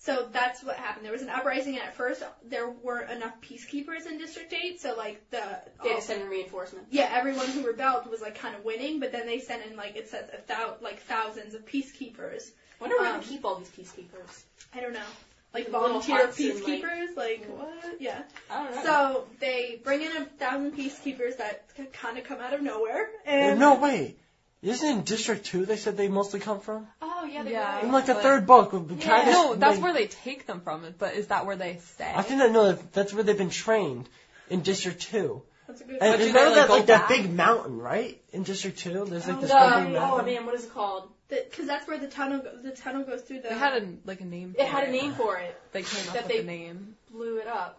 Speaker 3: so that's what happened. There was an uprising, and at first there weren't enough peacekeepers in District Eight, so like the oh,
Speaker 2: They had to send in reinforcements.
Speaker 3: yeah, everyone who rebelled was like kind of winning, but then they sent in like it says a thou like thousands of peacekeepers.
Speaker 2: I wonder where
Speaker 3: Um,
Speaker 2: they keep all these peacekeepers.
Speaker 3: I don't know, like
Speaker 2: Little
Speaker 3: volunteer
Speaker 2: huts and, like-
Speaker 3: peacekeepers, like what? Yeah.
Speaker 2: I don't know.
Speaker 3: So they bring in a thousand peacekeepers that kind of come out of nowhere, and
Speaker 1: No, wait. Isn't it in District Two they said they mostly come from?
Speaker 2: oh yeah, they
Speaker 5: Yeah.
Speaker 1: In
Speaker 2: were.
Speaker 1: like the
Speaker 5: But-
Speaker 1: third book, would be
Speaker 2: Yeah.
Speaker 1: kind of.
Speaker 5: No, that's
Speaker 1: like,
Speaker 5: where they take them from. But is that where they stay?
Speaker 1: I think that no, that- that's where they've been trained in District Two.
Speaker 3: that's a good.
Speaker 1: And
Speaker 5: But do
Speaker 1: remember
Speaker 5: they, like,
Speaker 1: that
Speaker 5: go
Speaker 1: like that
Speaker 5: back?
Speaker 1: big mountain, right? In District Two, there's like
Speaker 3: Oh,
Speaker 1: this
Speaker 2: The,
Speaker 1: big big
Speaker 2: oh
Speaker 1: mountain.
Speaker 2: man, what is it called?
Speaker 3: because that's where the tunnel go- the tunnel goes through the.
Speaker 5: They had a like a name.
Speaker 2: It
Speaker 5: for
Speaker 2: had a name for it.
Speaker 5: They came up
Speaker 2: that
Speaker 5: with
Speaker 2: they-
Speaker 5: a
Speaker 1: Oh,
Speaker 5: name.
Speaker 2: Blew it up.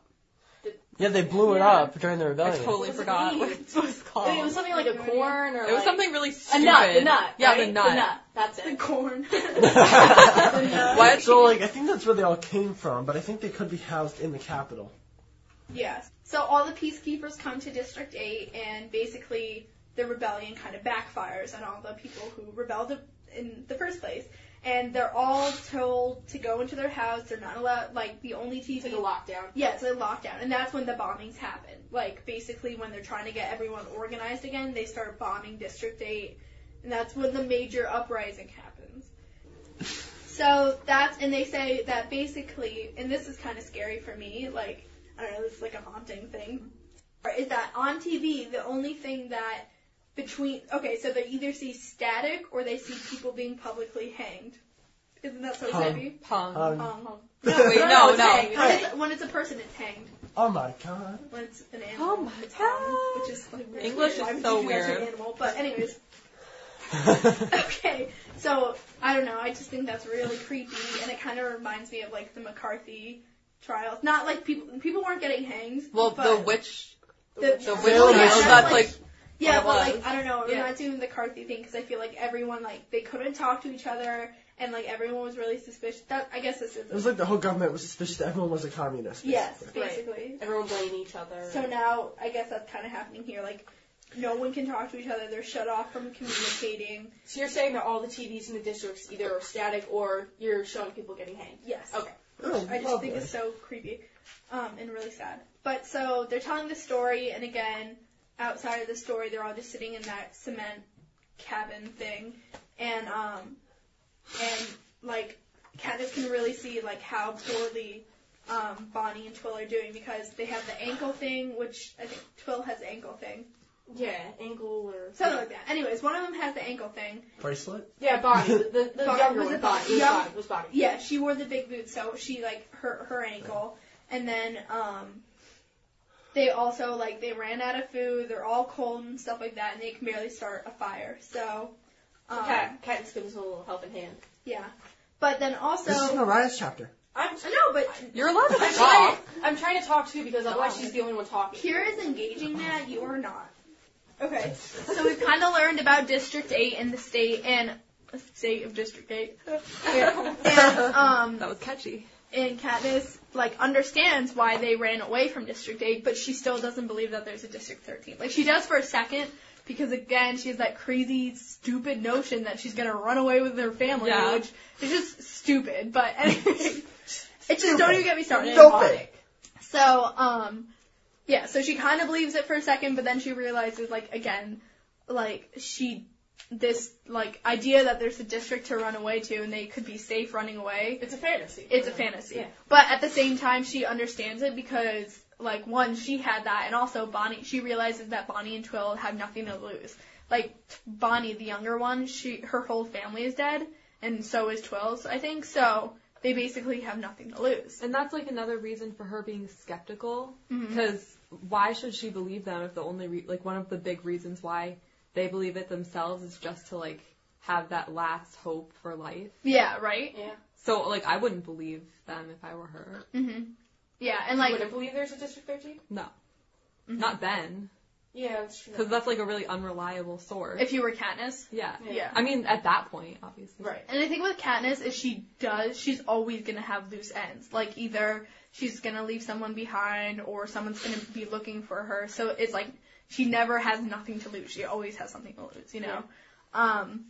Speaker 1: Yeah, they blew it
Speaker 3: Yeah.
Speaker 1: up during the
Speaker 5: I
Speaker 1: rebellion.
Speaker 5: totally
Speaker 2: What was the
Speaker 5: forgot
Speaker 2: name?
Speaker 5: what it was
Speaker 2: I
Speaker 5: called.
Speaker 2: mean, it was something like a corn or
Speaker 5: Oh. It was
Speaker 2: like-
Speaker 5: something really
Speaker 2: A
Speaker 5: stupid.
Speaker 2: nut, the nut.
Speaker 5: Yeah,
Speaker 2: right?
Speaker 5: the nut.
Speaker 2: The nut. That's
Speaker 3: the
Speaker 2: it.
Speaker 3: corn.
Speaker 5: What?
Speaker 1: So like I think that's where they all came from, but I think they could be housed in the capital.
Speaker 3: Yes. So all the peacekeepers come to District 8, and basically the rebellion kind of backfires on all the people who rebelled in the first place. And they're all told to go into their house. They're not allowed, like, the only TV.
Speaker 2: It's like a lockdown.
Speaker 3: Yeah, it's a lockdown. And that's when the bombings happen. Like, basically, when they're trying to get everyone organized again, they start bombing District 8. And that's when the major uprising happens. So that's, and they say that basically, and this is kind of scary for me, like, I don't know, this is like a haunting thing, is that on TV, the only thing that between, okay, so they either see static or they see people being publicly hanged. Isn't that so
Speaker 1: Hung.
Speaker 3: creepy?
Speaker 5: Pong.
Speaker 1: Um,
Speaker 3: Um,
Speaker 5: Wait, no,
Speaker 3: it's
Speaker 5: no.
Speaker 3: hanged. When it's, when it's a person, it's hanged.
Speaker 1: oh my god.
Speaker 3: When it's an animal,
Speaker 5: Oh my
Speaker 3: it's hung,
Speaker 5: God.
Speaker 3: which is like really
Speaker 5: English
Speaker 3: weird. Why
Speaker 5: is
Speaker 3: would
Speaker 5: so
Speaker 3: you do that to An
Speaker 5: weird.
Speaker 3: animal, but anyways, okay, so I don't know. I just think that's really creepy, and it kind of reminds me of like the McCarthy trials. Not like people people weren't getting hangs.
Speaker 5: well,
Speaker 3: but
Speaker 5: the witch.
Speaker 3: the,
Speaker 5: The witch.
Speaker 1: Salem
Speaker 5: trials,
Speaker 1: is-
Speaker 5: that's like.
Speaker 3: yeah,
Speaker 5: it
Speaker 3: but
Speaker 5: was.
Speaker 3: like I don't know. It
Speaker 5: Yeah.
Speaker 3: reminds me of the McCarthy thing because I feel like everyone like they couldn't talk to each other, and like everyone was really suspicious. That I guess this is
Speaker 1: It was like the whole government was suspicious that everyone was a communist.
Speaker 3: yes,
Speaker 1: basically.
Speaker 3: basically.
Speaker 2: Everyone blame each other.
Speaker 3: So now I guess that's kind of happening here. Like no one can talk to each other. They're shut off from communicating.
Speaker 2: So you're saying that all the TVs in the districts either are static or you're showing people getting hanged.
Speaker 3: Yes.
Speaker 2: Okay.
Speaker 1: Oh,
Speaker 3: I just
Speaker 1: lovely.
Speaker 3: think it's so creepy um, and really sad. But so they're telling the story, and again, outside of the story, they're all just sitting in that cement cabin thing, and um, and like Katniss can really see like how poorly um, Bonnie and Twill are doing because they have the ankle thing, which I think Twill has the ankle thing,
Speaker 2: Yeah, ankle or
Speaker 3: something like that. Anyways, one of them has the ankle thing.
Speaker 1: bracelet.
Speaker 2: Yeah, Bonnie. The, the, the
Speaker 3: Bonnie-
Speaker 2: younger
Speaker 3: was
Speaker 2: one.
Speaker 3: it
Speaker 2: Bonnie. It was
Speaker 3: Bonnie? Yeah.
Speaker 2: Bonnie. It was Bonnie.
Speaker 3: Yeah, she wore the big boots, so she like hurt her ankle. And then um they also like they ran out of food, they're all cold and stuff like that, and they can barely start a fire. So um,
Speaker 2: Cat, Katniss gives him a little helping hand.
Speaker 3: yeah. But then also
Speaker 1: this is
Speaker 3: no,
Speaker 1: Mariah's chapter.
Speaker 2: I'm,
Speaker 3: but
Speaker 5: You're allowed to
Speaker 2: I'm trying.
Speaker 5: talk.
Speaker 2: I'm trying to talk too because otherwise she's the only one talking.
Speaker 3: Kira's engaging that, you are not. Okay. So we've kinda learned about District Eight and the state and state of District Eight. and um
Speaker 5: That was catchy.
Speaker 3: and Katniss like understands why they ran away from District 8, but she still doesn't believe that there's a District 13. Like she does for a second because again she has that crazy stupid notion that she's gonna run away with her family,
Speaker 5: Yeah.
Speaker 3: which is just stupid. But anyway, it just don't even get me started.
Speaker 1: Stupid.
Speaker 3: So um, yeah, so she kind of believes it for a second, but then she realizes like again, like she this like idea that there's a district to run away to and they could be safe running away
Speaker 2: It's a fantasy.
Speaker 3: it's a fantasy.
Speaker 2: Yeah.
Speaker 3: But at the same time, she understands it because, like, one, she had that, and also Bonnie, she realizes that Bonnie and Twill have nothing to lose. Like, Bonnie, the younger one, she, her whole family is dead, and so is Twill's, I think, so they basically have nothing to lose.
Speaker 5: And that's like another reason for her being skeptical.
Speaker 3: Mhm.
Speaker 5: Because why should she believe them if the only re- like one of the big reasons why they believe it themselves is just to like have that last hope for life.
Speaker 3: Yeah, right?
Speaker 2: Yeah.
Speaker 5: So like I wouldn't believe them if I were her.
Speaker 3: hmm Yeah, and
Speaker 2: Like,
Speaker 3: like,
Speaker 2: would it believe there's a District 13?
Speaker 5: No,
Speaker 3: Mm-hmm.
Speaker 5: not then,
Speaker 2: Yeah, that's true.
Speaker 5: because that's like a really unreliable source.
Speaker 3: if you were Katniss.
Speaker 5: yeah.
Speaker 2: Yeah.
Speaker 3: yeah.
Speaker 5: I mean at that point, obviously.
Speaker 2: Right.
Speaker 3: And I think with Katniss is she does she's always gonna have loose ends. Like either she's gonna leave someone behind or someone's gonna be looking for her. So it's like she never has nothing to lose. She always has something to lose, you know? Um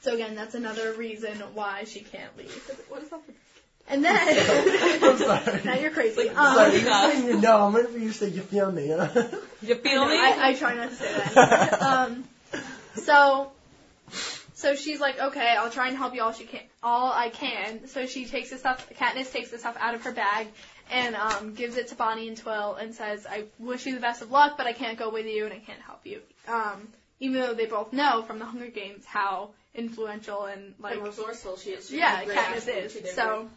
Speaker 3: so again, that's another reason why she can't leave.
Speaker 5: What is that? For?
Speaker 3: And then
Speaker 1: I'm sorry.
Speaker 3: now you're crazy.
Speaker 5: Like,
Speaker 3: um,
Speaker 1: Sorry,
Speaker 5: no.
Speaker 1: I didn't even know. I'm waiting for you to say you feel me. You know?
Speaker 5: You feel me?
Speaker 3: I, I try not to say that. um, so, so she's like, okay, I'll try and help you all she can, all I can. So she takes the stuff. Katniss takes the stuff out of her bag and um, gives it to Bonnie and Twill and says, I wish you the best of luck, but I can't go with you and I can't help you. Um, even though they both know from the Hunger Games how influential and like
Speaker 2: and resourceful she is. She's
Speaker 3: yeah,
Speaker 2: a great asset
Speaker 3: Katniss
Speaker 2: to their
Speaker 3: is. So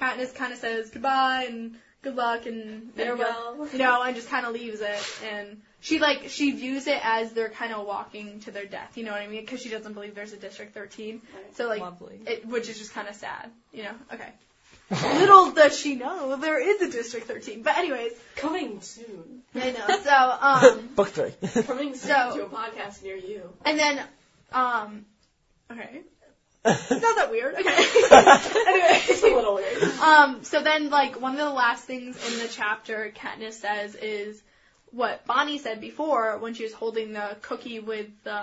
Speaker 3: Katniss kind of says goodbye and good luck and
Speaker 2: Farewell.
Speaker 3: you know, and just kind of leaves it. And she like she views it as they're kind of walking to their death. You know what I mean? Because she doesn't believe there's a District 13.
Speaker 2: Right.
Speaker 3: So like,
Speaker 5: Lovely.
Speaker 3: it, which is just kind of sad. You know? Okay. Little does she know there is a District 13. But anyways,
Speaker 2: Coming soon.
Speaker 3: I know. So um.
Speaker 1: Book three.
Speaker 2: Coming soon
Speaker 3: So-
Speaker 2: to a podcast near you.
Speaker 3: And then, um, okay. It's not that weird. Okay. anyway,
Speaker 2: It's a little weird.
Speaker 3: um, so then, like, one of the last things in the chapter Katniss says is what Bonnie said before when she was holding the cookie with the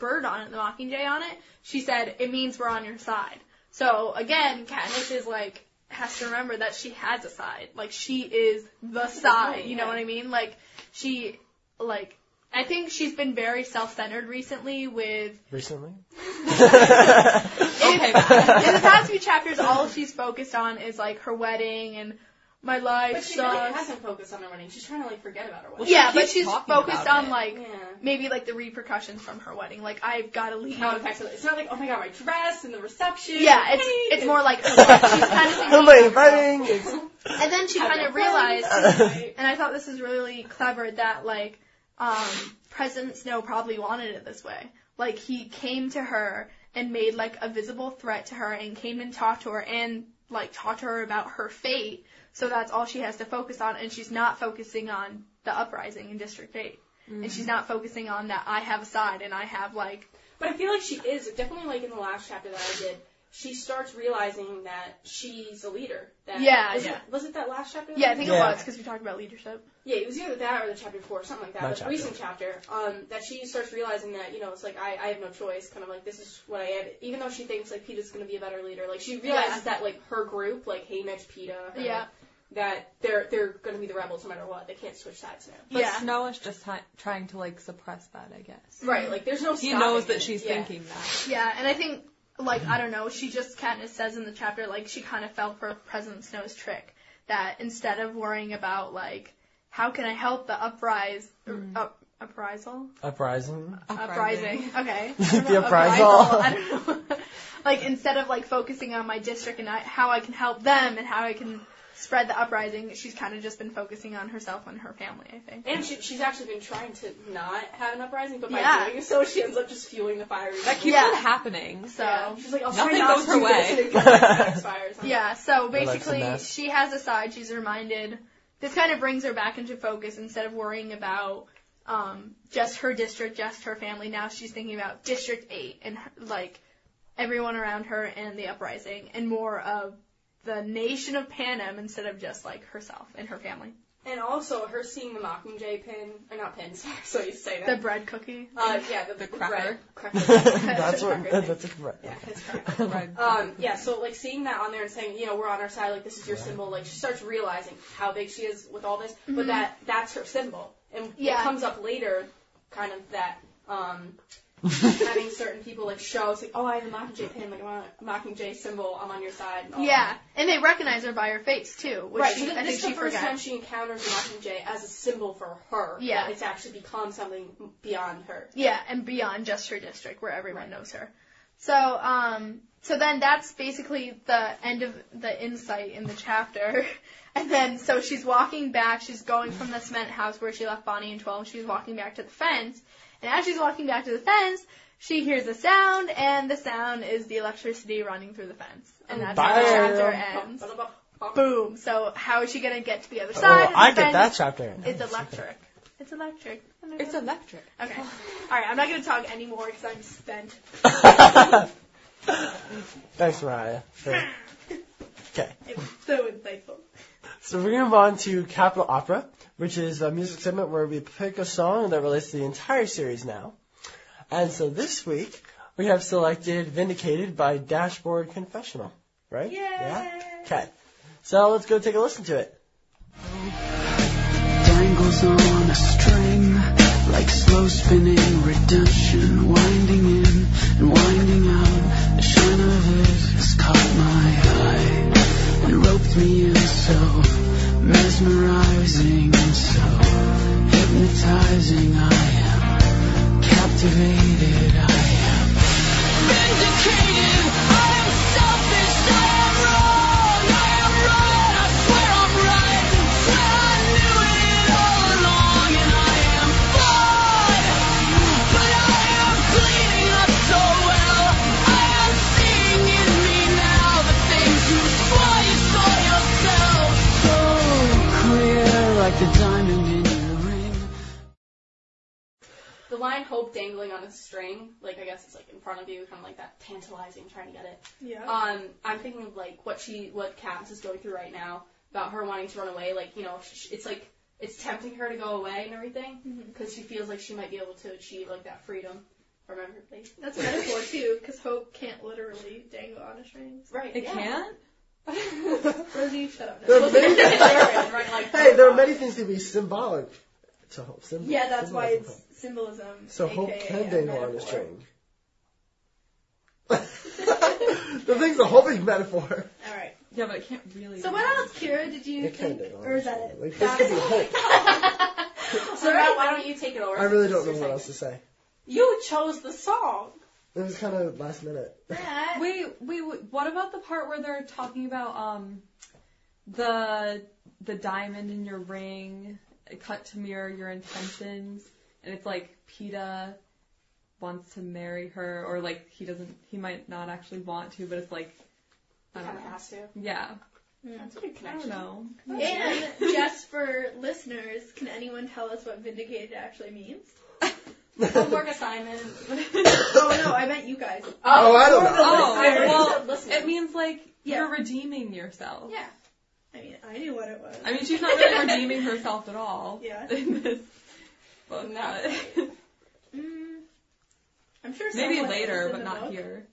Speaker 3: bird on it, the mockingjay on it. She said, it means we're on your side. So again, Katniss is like, has to remember that she has a side. Like, she is the side. You know what I mean? Like, she, like, I think she's been very self-centered recently with
Speaker 1: Recently?
Speaker 3: in, in the past few chapters, all she's focused on is like her wedding and my life
Speaker 2: But she really
Speaker 3: sucks.
Speaker 2: hasn't focused on her wedding. She's trying to like forget about her
Speaker 5: Well,
Speaker 2: wedding.
Speaker 5: she
Speaker 3: yeah, but
Speaker 5: keeps
Speaker 3: she's
Speaker 5: talking about
Speaker 3: focused on
Speaker 5: it.
Speaker 3: like
Speaker 2: Yeah.
Speaker 3: maybe like the repercussions from her wedding. Like I've got to leave.
Speaker 2: How it affects her. It's not like, oh my god, my dress and the reception.
Speaker 3: Yeah, it's
Speaker 2: Hey,
Speaker 3: it's more like her life. she's kind of thinking,
Speaker 1: I'm like inviting. It's,
Speaker 3: and then she
Speaker 2: I've
Speaker 3: kind of
Speaker 2: got plans.
Speaker 3: realized,
Speaker 2: Right.
Speaker 3: and I thought this was really clever that like um President Snow probably wanted it this way. Like he came to her and made like a visible threat to her and came and talked to her and like talked to her about her fate. So that's all she has to focus on and she's not focusing on the uprising in District 8.
Speaker 5: Mm-hmm.
Speaker 3: And she's not focusing on that I have a side and I have like
Speaker 2: But I feel like she is definitely like in the last chapter that I did. She starts realizing that she's a leader. That
Speaker 3: Yeah,
Speaker 2: was
Speaker 3: yeah.
Speaker 2: It, was it that last chapter?
Speaker 3: yeah, I think
Speaker 1: Yeah.
Speaker 3: it was cuz we talked about leadership.
Speaker 2: Yeah, it was either that or the chapter before, something like that.
Speaker 1: My
Speaker 2: but
Speaker 1: chapter.
Speaker 2: recent chapter, um, that she starts realizing that you know it's like I, I have no choice. Kind of like this is what I am. Even though she thinks like Peta's gonna be a better leader, like she realizes
Speaker 3: Yeah.
Speaker 2: that like her group, like Hey Next Peta, her,
Speaker 3: Yeah.
Speaker 2: that they're they're gonna be the rebels no matter what. They can't switch sides now.
Speaker 5: But
Speaker 3: yeah.
Speaker 5: Snow is just ti trying to like suppress that, I guess.
Speaker 2: Right, like there's no.
Speaker 5: He
Speaker 2: stopping
Speaker 5: knows that
Speaker 2: it.
Speaker 5: she's
Speaker 2: Yeah.
Speaker 5: thinking that.
Speaker 3: Yeah, and I think like I don't know, she just Katniss says in the chapter like she kind of fell for President Snow's trick that instead of worrying about like how can I help the uprise or up, uprisal
Speaker 1: uprising.
Speaker 3: uprising, okay
Speaker 1: The
Speaker 3: Uprisal,
Speaker 1: uprisal.
Speaker 3: I don't know like instead of like focusing on my district and I, how I can help them and how I can spread the uprising she's kind of just been focusing on herself and her family I think
Speaker 2: And she, she's actually been trying to not have an uprising, but by
Speaker 3: Yeah.
Speaker 2: doing so, she ends up just fueling the fire.
Speaker 5: That keeps
Speaker 3: Yeah.
Speaker 5: on happening.
Speaker 3: so
Speaker 2: she's like, I'll
Speaker 5: Nothing
Speaker 2: try not
Speaker 5: goes
Speaker 2: to
Speaker 5: her
Speaker 2: do
Speaker 5: way.
Speaker 2: this, and it expires.
Speaker 3: Yeah,
Speaker 1: Your
Speaker 3: so
Speaker 1: life's a
Speaker 3: basically,
Speaker 1: mess.
Speaker 3: she has a side. She's reminded. This kind of brings her back into focus instead of worrying about um, just her district, just her family. Now she's thinking about District 8 and, like, everyone around her and the uprising and more of the nation of Panem instead of just, like, herself and her family.
Speaker 2: And also, her seeing the Mockingjay pin, or not pin, sorry, so you say
Speaker 3: The
Speaker 2: that.
Speaker 3: bread cookie.
Speaker 2: uh, yeah, the,
Speaker 5: The cracker.
Speaker 2: bread- cracker.
Speaker 1: that's what.
Speaker 2: Cracker thing.
Speaker 1: That's a,
Speaker 2: yeah, it's cracker.
Speaker 5: Right.
Speaker 2: Um, yeah, so like seeing that on there and saying, you know, we're on our side, like this is your symbol, like she starts realizing how big she is with all this, but that that's her symbol. And
Speaker 3: Yeah.
Speaker 2: it comes up later, kind of that um having certain people like show it's like, Oh, I have a Mockingjay pin, like I'm on a Mockingjay symbol, I'm on your side and all
Speaker 3: Yeah,
Speaker 2: that.
Speaker 3: and they recognize her by her face, too, which
Speaker 2: right,
Speaker 3: she,
Speaker 2: so this
Speaker 3: I think
Speaker 2: is the
Speaker 3: she
Speaker 2: first
Speaker 3: forgot.
Speaker 2: time she encounters Mockingjay as a symbol for her.
Speaker 3: Yeah.
Speaker 2: that It's actually become something beyond her.
Speaker 3: Yeah, and beyond just her district where everyone knows her. So, um, so then that's basically the end of the insight in the chapter. And then, so she's walking back, she's going from the cement house where she left Bonnie and 12, she's walking back to the fence. And as she's walking back to the fence, she hears a sound, and the sound is the electricity running through the fence. And that's how the
Speaker 1: Bam.
Speaker 3: chapter ends. Boom. So how is she gonna get to the other
Speaker 1: Oh,
Speaker 3: side? of the
Speaker 1: I get
Speaker 3: fence?
Speaker 1: that chapter.
Speaker 3: It's electric. It's electric.
Speaker 5: It's electric.
Speaker 3: Okay. All right. I'm not gonna talk anymore because I'm spent.
Speaker 1: Thanks, Mariah. Sure. Okay.
Speaker 3: It was so insightful.
Speaker 1: So we're going to move on to Capital Opera, which is a music segment where we pick a song that relates to the entire series now. And so this week, we have selected Vindicated by Dashboard Confessional. Right? Yeah? Okay. So let's go take a listen to it.
Speaker 6: dangles on a string like slow spinning redemption winding in and winding out the shine of it has caught my eye and roped me in so mesmerizing and so hypnotizing I am captivated I am vindicated I am selfish I am wrong I am right I swear I'm right swear I knew it all along and I am flawed but I am cleaning up so well I am seeing in me now the things you swore you saw yourself so Oh, clear like the diamond in your ring
Speaker 2: The line hope dangling on a string, like I guess it's like in front of you, kind of like that tantalizing, trying to get it.
Speaker 3: Yeah.
Speaker 2: Um, I'm thinking of like what she, what Katniss is going through right now about her wanting to run away. Like you know, sh sh- it's like it's tempting her to go away and everything
Speaker 3: Mhm.
Speaker 2: because she feels like she might be able to achieve like that freedom. Remember, like,
Speaker 3: That's a metaphor too, because hope can't literally dangle on a string.
Speaker 2: right?
Speaker 5: It
Speaker 2: yeah.
Speaker 5: can't?
Speaker 3: Rosie, shut up.
Speaker 2: Well,
Speaker 3: Now.
Speaker 1: They're-
Speaker 2: they're- they're right, like,
Speaker 1: Hey, there are many things to be symbolic to hope. Symb-
Speaker 3: yeah, that's why
Speaker 1: symbolism.
Speaker 3: it's symbolism.
Speaker 1: So hope
Speaker 3: aka
Speaker 1: can
Speaker 3: a
Speaker 1: dangle on a
Speaker 3: metaphor.
Speaker 1: string. the thing's a whole big metaphor.
Speaker 3: All right.
Speaker 5: Yeah, but it can't really.
Speaker 3: So what else, Kira? Did you
Speaker 1: It can
Speaker 3: think,
Speaker 1: dangle on
Speaker 3: or
Speaker 1: a
Speaker 3: is that
Speaker 1: string.
Speaker 3: it?
Speaker 1: Like, this could be hope.
Speaker 2: So Matt, why don't you take it over?
Speaker 1: I really
Speaker 2: since
Speaker 1: don't know
Speaker 2: it's
Speaker 1: what
Speaker 2: your
Speaker 1: else to
Speaker 2: segment.
Speaker 1: say.
Speaker 2: You chose the song.
Speaker 1: It was kind of last minute.
Speaker 3: That-
Speaker 5: Wait, wait, wait, what about the part where they're talking about um the the diamond in your ring, cut to mirror your intentions, and it's like Peta wants to marry her, or like he doesn't, he might not actually want to, but it's like, I
Speaker 2: You
Speaker 5: don't
Speaker 2: kind of
Speaker 5: know.
Speaker 2: has to.
Speaker 5: Yeah,
Speaker 2: That's a good
Speaker 5: I don't
Speaker 2: connection.
Speaker 5: know.
Speaker 3: And just for listeners, can anyone tell us what vindicated actually means?
Speaker 2: Homework assignment.
Speaker 3: Oh no, I meant you guys.
Speaker 1: Oh, I don't
Speaker 3: Or the
Speaker 1: know.
Speaker 5: Oh,
Speaker 3: listeners.
Speaker 5: well,
Speaker 2: Listening.
Speaker 5: It means like
Speaker 3: Yeah.
Speaker 5: you're redeeming yourself.
Speaker 3: yeah. I mean, I knew what it was.
Speaker 5: I mean, she's not really redeeming herself at all.
Speaker 3: Yeah.
Speaker 5: In this book.
Speaker 2: No.
Speaker 5: but-
Speaker 3: Mm, I'm sure
Speaker 5: Maybe
Speaker 3: someone
Speaker 5: later,
Speaker 3: else in
Speaker 5: but
Speaker 3: the
Speaker 5: not
Speaker 3: book-
Speaker 5: here.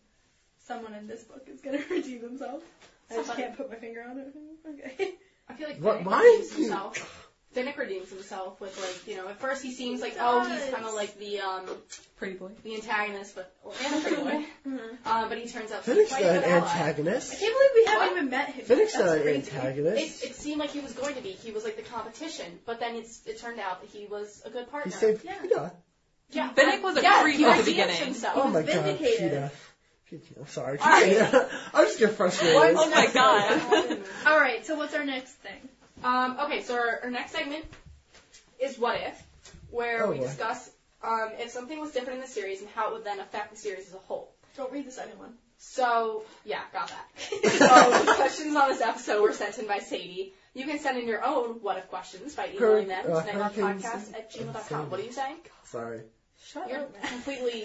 Speaker 3: Someone in this book is gonna redeem themselves. I just
Speaker 2: Someone-
Speaker 3: can't put my finger on it. Okay.
Speaker 2: I feel like
Speaker 1: What-
Speaker 2: Finnick
Speaker 1: why
Speaker 2: redeems
Speaker 1: is he-
Speaker 2: himself. Finnick redeems himself with like you know at first he seems like oh he's
Speaker 3: does.
Speaker 2: kind of like the um
Speaker 5: Pretty boy.
Speaker 2: the antagonist but well, and a pretty boy
Speaker 3: Mm-hmm.
Speaker 2: um but he turns out to be
Speaker 1: Finnick's
Speaker 2: quite
Speaker 1: not
Speaker 2: a
Speaker 1: an
Speaker 2: good ally.
Speaker 3: I
Speaker 1: antagonist.
Speaker 3: can't believe we haven't
Speaker 2: What?
Speaker 3: even met him.
Speaker 1: Finnick's
Speaker 3: That's
Speaker 1: not an
Speaker 3: crazy.
Speaker 1: antagonist.
Speaker 2: It, it seemed like he was going to be. He was like the competition, but then it's, it turned out that he was a good
Speaker 1: He
Speaker 2: partner.
Speaker 1: saved
Speaker 3: Yeah.
Speaker 1: Peta.
Speaker 2: yeah,
Speaker 5: Finnick was a
Speaker 2: yeah,
Speaker 5: creep
Speaker 2: he
Speaker 5: at the
Speaker 2: redeems
Speaker 5: beginning.
Speaker 2: Himself.
Speaker 1: Oh my god,
Speaker 3: vindicated.
Speaker 1: Peta. Peta, I'm sorry.
Speaker 2: All right.
Speaker 1: Peta. I'm just getting frustrated.
Speaker 5: Oh my God.
Speaker 3: All right. So what's our next thing?
Speaker 2: Um, okay, so our, our next segment is What If, where
Speaker 1: Oh,
Speaker 2: we
Speaker 1: boy.
Speaker 2: discuss um, if something was different in the series and how it would then affect the series as a whole.
Speaker 3: Don't read the second one.
Speaker 2: So, yeah, got that. so, questions on this episode were sent in by Sadie. You can send in your own What If questions by emailing them to
Speaker 1: Hurri- uh,
Speaker 2: nightlifepodcast
Speaker 1: hurricanes
Speaker 2: at
Speaker 1: and
Speaker 2: gmail.com. What are you saying?
Speaker 1: Sorry.
Speaker 3: Shut
Speaker 2: You're
Speaker 3: up.
Speaker 2: completely,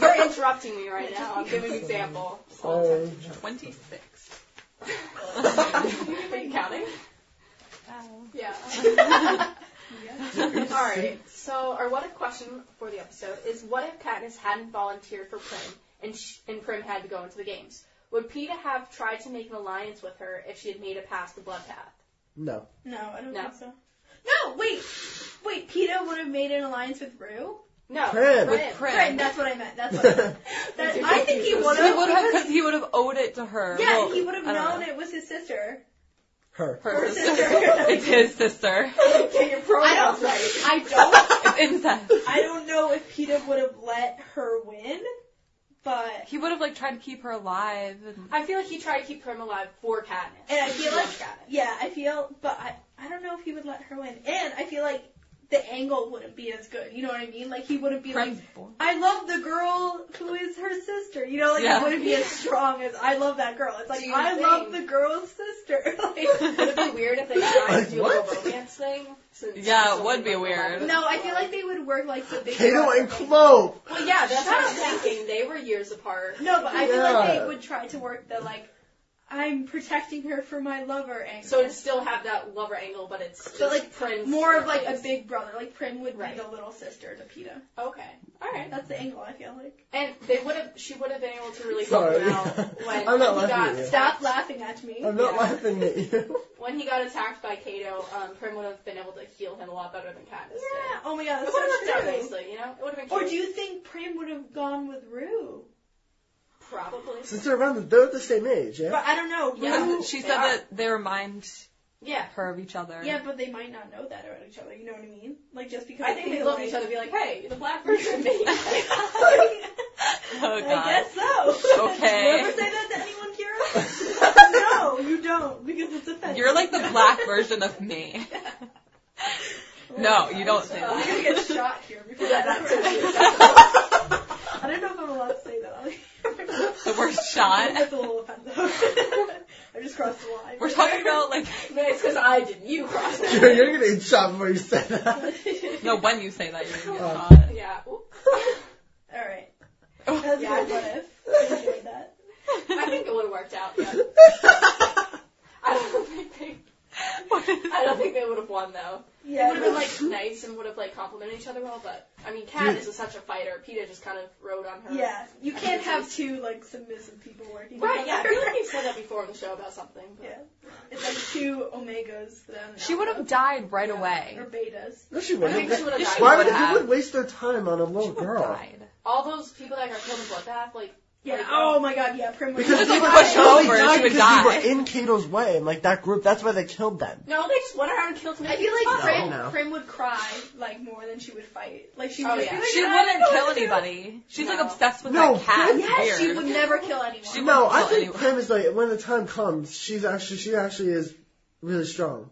Speaker 2: you're interrupting me right now. I'm giving an example. So,
Speaker 1: Oh,
Speaker 5: 26.
Speaker 2: are you counting? Yeah.
Speaker 1: You're
Speaker 2: All right.
Speaker 1: sick.
Speaker 2: So our what if question for the episode is: What if Katniss hadn't volunteered for Prim and sh- and Prim had to go into the games? Would Peta have tried to make an alliance with her if she had made it past the Blood Path?
Speaker 1: No.
Speaker 3: No, I don't
Speaker 2: No.
Speaker 3: think so. No, wait, wait. Peta would have made an alliance with Rue.
Speaker 2: No.
Speaker 1: Prim.
Speaker 2: Prim.
Speaker 5: Prim.
Speaker 3: Right, that's what I meant. That's what I meant. That- I think he would
Speaker 5: He would have,
Speaker 3: have.
Speaker 5: because he would have owed it to her.
Speaker 3: Yeah,
Speaker 5: Well,
Speaker 3: he would have
Speaker 5: I don't
Speaker 3: known
Speaker 5: know.
Speaker 3: it was his sister.
Speaker 1: Her.
Speaker 5: Her
Speaker 3: Her
Speaker 5: sister.
Speaker 3: sister.
Speaker 5: it's his sister.
Speaker 2: Get your pronouns right.
Speaker 3: I don't.
Speaker 5: It's incest.
Speaker 3: I don't know if Peta would have let her win, but
Speaker 5: He would have like tried to keep her alive. And...
Speaker 2: I feel like he tried to keep Prim alive for Katniss.
Speaker 3: And I feel like-
Speaker 2: For Katniss.
Speaker 3: yeah, I feel. But I, I don't know if he would let her win, and I feel like the angle wouldn't be as good. You know what I mean? Like he wouldn't be like.
Speaker 5: Friends born.
Speaker 3: I love the girl who is her sister. You know, like
Speaker 5: Yeah.
Speaker 3: it wouldn't be as strong as I love that girl. It's like
Speaker 2: Do you
Speaker 3: I
Speaker 2: think-
Speaker 3: love the girl's sister.
Speaker 2: Would it
Speaker 3: Like,
Speaker 2: be weird if they tried to do a
Speaker 1: What?
Speaker 2: little romance thing? Since
Speaker 5: Yeah, it would be
Speaker 2: something like
Speaker 5: weird.
Speaker 2: that.
Speaker 3: no, I feel like they would work like the big.
Speaker 1: Kato
Speaker 3: brother
Speaker 1: and
Speaker 3: thing.
Speaker 1: Clo.
Speaker 2: Well, yeah, that's what I'm
Speaker 3: Shut up.
Speaker 2: thinking. They were years apart.
Speaker 3: No, but I feel like
Speaker 1: Yeah.
Speaker 3: they would try to work the like I'm protecting her for my lover angle.
Speaker 2: So it'd still have that lover angle, but it's just
Speaker 3: But, like,
Speaker 2: Prim's
Speaker 3: more of like a
Speaker 2: place.
Speaker 3: big brother. Like Prim would
Speaker 2: Right.
Speaker 3: be the little sister to Peta.
Speaker 2: Okay. All right.
Speaker 3: That's the angle I feel like.
Speaker 2: And they would have, she would have been able to really help
Speaker 1: Sorry.
Speaker 2: him out when
Speaker 1: I'm not
Speaker 2: he got
Speaker 1: laughing at you.
Speaker 3: Stop laughing at me.
Speaker 1: I'm not
Speaker 2: Yeah.
Speaker 1: laughing at you.
Speaker 2: when he got attacked by Kato. Um, Prim would have been able to heal him a lot better than Katniss
Speaker 3: Yeah. Oh my god,
Speaker 2: did. It
Speaker 3: that's
Speaker 2: would have worked out
Speaker 3: so true.
Speaker 2: nicely, you know. It would have been.
Speaker 3: Or
Speaker 2: cute.
Speaker 3: do you think Prim would have gone with Rue?
Speaker 2: probably?
Speaker 1: Since they're around, the, they're the same age,
Speaker 3: But
Speaker 1: yeah?
Speaker 3: I don't know.
Speaker 2: Yeah.
Speaker 3: Rue-
Speaker 5: She
Speaker 2: They
Speaker 5: said
Speaker 2: are.
Speaker 5: that they remind
Speaker 2: Yeah.
Speaker 5: her of each other.
Speaker 3: Yeah, but they might not know that about each other. You know what I mean? Like just because
Speaker 2: I think they
Speaker 3: feel
Speaker 2: love
Speaker 3: like-
Speaker 2: each other. Be like, hey, the black version of me.
Speaker 5: Oh
Speaker 3: I
Speaker 5: god.
Speaker 3: guess so.
Speaker 5: Okay.
Speaker 3: You ever say that to anyone, Kira? no, you don't, because it's offensive.
Speaker 5: You're like the black version of me. no, you don't say
Speaker 3: I'm
Speaker 5: that.
Speaker 3: gonna get shot here before
Speaker 2: Yeah,
Speaker 3: that
Speaker 2: that's
Speaker 3: happens. I don't know if I'm allowed to say that.
Speaker 5: The worst shot.
Speaker 3: That's a little offensive. I just crossed the line.
Speaker 5: We're talking about like
Speaker 2: no, it's because I did. You crossed
Speaker 1: You're,
Speaker 2: it.
Speaker 1: you're gonna get shot before you say that.
Speaker 5: no when you say that you're gonna get
Speaker 1: Oh.
Speaker 5: shot.
Speaker 2: yeah. Oop.
Speaker 5: Oh.
Speaker 3: That's
Speaker 2: Yeah.
Speaker 3: my what if. I enjoyed that.
Speaker 2: I think it would have worked out. Yeah. I don't think they. I don't think they would have won though. They
Speaker 3: Yeah.
Speaker 2: would have been like nice and would have like complimented each other well, but I mean, Kat is such a fighter. Peta just kind of rode on her.
Speaker 3: yeah. You can't have two like submissive people working.
Speaker 2: Right. Yeah. I
Speaker 3: together.
Speaker 2: feel like we've said that before on the show about something. But.
Speaker 3: Yeah. It's like two omegas. That I'm
Speaker 5: She
Speaker 3: not
Speaker 5: would have died right
Speaker 3: Yeah.
Speaker 5: away.
Speaker 3: Or betas.
Speaker 1: No, she
Speaker 2: I
Speaker 1: wouldn't.
Speaker 2: think she would have died.
Speaker 1: Why
Speaker 5: would
Speaker 1: would
Speaker 5: have.
Speaker 1: you would waste their time on a little girl?
Speaker 5: Died.
Speaker 2: All those people that got killed in bloodbath, like
Speaker 3: Yeah.
Speaker 2: Like,
Speaker 3: oh my god. Yeah. Prim would
Speaker 1: Because
Speaker 3: have
Speaker 1: they
Speaker 3: died.
Speaker 5: pushed her
Speaker 1: Well, they
Speaker 5: over, she
Speaker 1: died
Speaker 5: would
Speaker 1: because
Speaker 5: die.
Speaker 1: They were in Cato's way, and like that group. That's why they killed them.
Speaker 2: no, they just went around and killed me.
Speaker 3: I feel like
Speaker 1: No,
Speaker 3: Prim,
Speaker 1: no.
Speaker 3: Prim would cry like more than she would fight. Like she would
Speaker 2: Oh,
Speaker 3: just
Speaker 2: yeah.
Speaker 3: be like,
Speaker 5: She
Speaker 3: "I don't
Speaker 5: wouldn't
Speaker 3: know
Speaker 5: kill
Speaker 3: what to do."
Speaker 5: anybody. She's like
Speaker 2: No.
Speaker 5: obsessed with
Speaker 1: No,
Speaker 5: that cat.
Speaker 1: yeah,
Speaker 3: Yes, she
Speaker 5: Weird.
Speaker 3: would never kill anyone.
Speaker 5: She
Speaker 1: No, I
Speaker 5: Well,
Speaker 1: think
Speaker 5: anyway.
Speaker 1: Prim is like when the time comes, she's actually she actually is really strong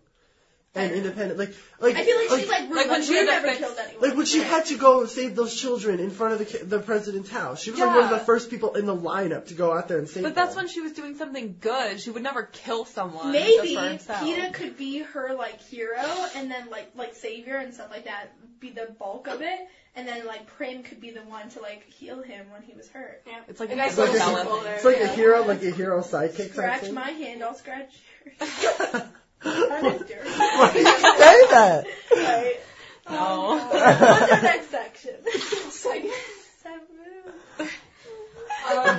Speaker 1: and independent. Like like
Speaker 3: I feel like, she's like,
Speaker 5: Like,
Speaker 3: like
Speaker 5: when
Speaker 3: when
Speaker 5: she
Speaker 3: she
Speaker 5: was at
Speaker 3: never
Speaker 5: fix-
Speaker 3: killed anyone.
Speaker 1: like when she had to go save those children in front of the ki- the president's house, she was like one of
Speaker 5: Yeah.
Speaker 1: the first people in the lineup to go out there and save.
Speaker 5: But that's
Speaker 1: them.
Speaker 5: when she was doing something good. She would never kill someone.
Speaker 3: Maybe
Speaker 5: just for herself.
Speaker 3: PETA could be her like hero and then like like savior and stuff like that be the bulk of it and then like Prim could be the one to like heal him when he was hurt.
Speaker 2: Yeah.
Speaker 5: It's like
Speaker 2: a
Speaker 5: a
Speaker 2: nice
Speaker 1: little
Speaker 2: little
Speaker 1: fella.
Speaker 2: circle there.
Speaker 1: it's like a
Speaker 2: yeah.
Speaker 1: hero, like a hero sidekick. type
Speaker 3: Scratch
Speaker 1: thing.
Speaker 3: my hand, I'll scratch yours. That
Speaker 1: Why
Speaker 3: is dirty.
Speaker 1: do you say that?
Speaker 3: Right. Oh,
Speaker 5: No.
Speaker 3: What's our next section?
Speaker 2: It's like,
Speaker 3: Sabu.
Speaker 2: um,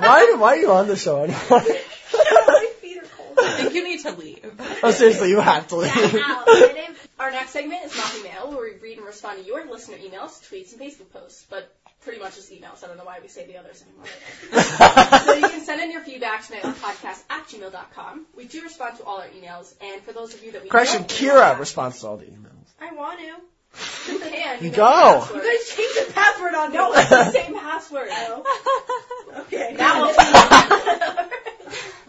Speaker 1: Why why are you on the show anymore?
Speaker 3: My feet are cold.
Speaker 5: I think you need to leave.
Speaker 1: oh seriously, you have to leave.
Speaker 3: Ow, my name-
Speaker 2: our next segment is Moppy Mail, where we read and respond to your listener emails, tweets, and Facebook posts, but pretty much just emails. I don't know why we say the others anymore. so you can send in your feedback to podcast at gmail.com. We do respond to all our emails, and for those of you that we
Speaker 1: Correction,
Speaker 2: don't
Speaker 1: Kira responds to all the emails.
Speaker 3: I want to. You
Speaker 2: you can.
Speaker 1: You
Speaker 2: know
Speaker 1: go.
Speaker 2: the password.
Speaker 3: guys change the password on
Speaker 2: No, it's the same password.
Speaker 3: Okay.
Speaker 2: That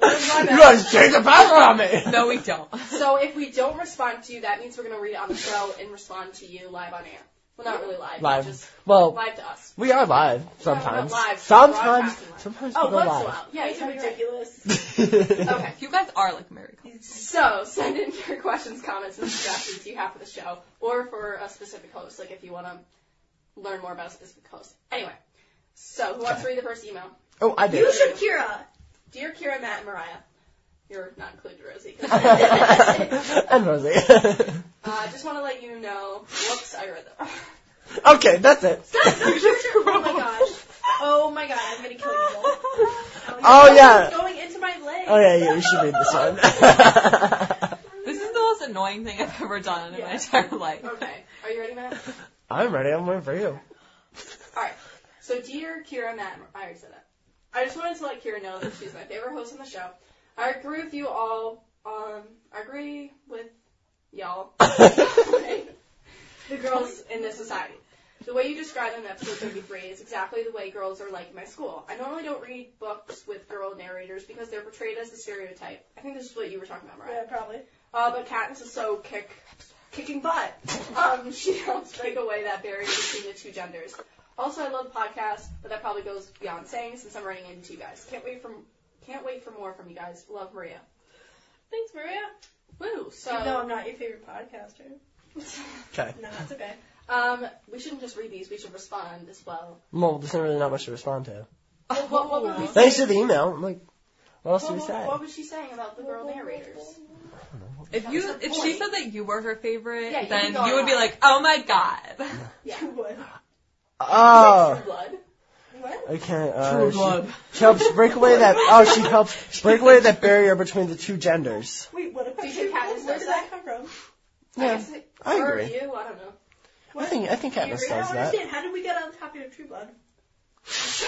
Speaker 2: will
Speaker 1: You guys change the password on me.
Speaker 5: No, we don't.
Speaker 2: So if we don't respond to you, that means we're going to read it on the show and respond to you live on air. Well, not really live.
Speaker 1: Live.
Speaker 2: Just
Speaker 1: Well,
Speaker 2: live to us.
Speaker 1: we are live
Speaker 2: we're not
Speaker 1: sometimes.
Speaker 2: live, so we're
Speaker 1: sometimes,
Speaker 2: broadcasting live.
Speaker 1: sometimes
Speaker 2: Oh,
Speaker 1: we go
Speaker 2: once in a
Speaker 1: live.
Speaker 2: while. Yeah,
Speaker 3: These are
Speaker 2: you're right.
Speaker 3: ridiculous.
Speaker 1: okay.
Speaker 2: Okay.
Speaker 5: You guys are like Mary Kay.
Speaker 2: So send in your questions, comments, and suggestions you have for the show or for a specific host, like if you want to learn more about a specific host. Anyway, so who wants to read the first email?
Speaker 1: Oh, I
Speaker 3: You
Speaker 1: did.
Speaker 3: should, Kira.
Speaker 2: Dear Kira, Matt, and Mariah. You're not included, Rosie. 'cause-
Speaker 1: and Rosie.
Speaker 2: uh, just want to let you know. Whoops, I read that.
Speaker 1: okay, that's it.
Speaker 3: Stop! Don't shoot her. Oh my gosh. Oh my god, I'm gonna kill you. both.
Speaker 1: Oh
Speaker 3: It's
Speaker 1: yeah.
Speaker 3: going into my leg.
Speaker 1: Oh yeah, yeah. You should read this one.
Speaker 5: This is the most annoying thing I've ever done in my
Speaker 3: Yeah.
Speaker 5: entire life.
Speaker 2: Okay, are you ready, Matt?
Speaker 1: I'm ready. I'm waiting for you.
Speaker 2: So, dear Kira, Matt, and- I already said that. I just wanted to let Kira know that she's my favorite host on the show. I agree with you all. Um, I agree with y'all. the girls in this society. The way you describe them in episode 33 is exactly the way girls are like in my school. I normally don't read books with girl narrators because they're portrayed as the stereotype. I think this is what you were talking about, Mariah.
Speaker 3: Yeah, probably.
Speaker 2: Uh, but Katniss is so kick, kicking butt. Um, she helps break away that barrier between the two genders. Also, I love podcasts, but that probably goes beyond saying since I'm running into you guys. Can't wait from, can't wait for more from you guys. Love Maria.
Speaker 3: Thanks, Maria.
Speaker 2: Woo! So,
Speaker 3: Even though I'm not your favorite podcaster.
Speaker 1: Okay.
Speaker 3: No, that's okay.
Speaker 2: um, we shouldn't just read these. We should respond as well.
Speaker 1: Well, there's really not much to respond to.
Speaker 2: What, what, what
Speaker 3: Oh.
Speaker 2: were we saying?
Speaker 1: Thanks to the email. I'm like, what else
Speaker 2: What,
Speaker 1: do we
Speaker 2: what,
Speaker 1: say?
Speaker 2: what was she saying about the girl narrators?
Speaker 5: If you,
Speaker 2: That was the
Speaker 5: if she
Speaker 2: point.
Speaker 5: said that you were her favorite,
Speaker 2: Yeah, you can
Speaker 5: then
Speaker 2: go
Speaker 5: you would be
Speaker 2: on.
Speaker 5: like, oh my god.
Speaker 2: Yeah.
Speaker 3: You would.
Speaker 1: Oh.
Speaker 2: True Blood.
Speaker 3: What?
Speaker 1: Okay. Uh, she, she helps break away that. Oh, she helps break away that barrier between the two genders.
Speaker 3: Wait, what about
Speaker 2: Do you think Katniss
Speaker 3: Where
Speaker 2: does
Speaker 3: did
Speaker 2: that?
Speaker 3: that come from?
Speaker 2: I,
Speaker 1: Yeah,
Speaker 2: guess it-
Speaker 1: I
Speaker 2: or
Speaker 1: agree.
Speaker 2: you? I don't know.
Speaker 1: I think I think Katniss
Speaker 3: I don't
Speaker 1: does that.
Speaker 3: understand. How did we get on the topic of True Blood?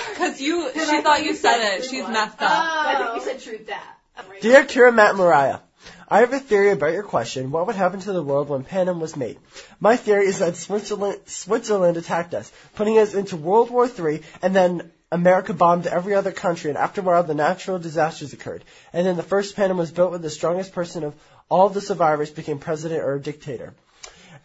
Speaker 5: Because you, she
Speaker 2: I
Speaker 5: thought you said it.
Speaker 2: True
Speaker 5: She's
Speaker 2: Blood. Oh.
Speaker 5: messed up.
Speaker 2: I think you said true that. Right.
Speaker 1: Dear Kira, Matt, and Mariah, I have a theory about your question. What would happen to the world when Panem was made? My theory is that Switzerland, Switzerland attacked us, putting us into World War III, and then America bombed every other country, and after a while, the natural disasters occurred. And then the first Panem was built when the strongest person of all the survivors became president or dictator.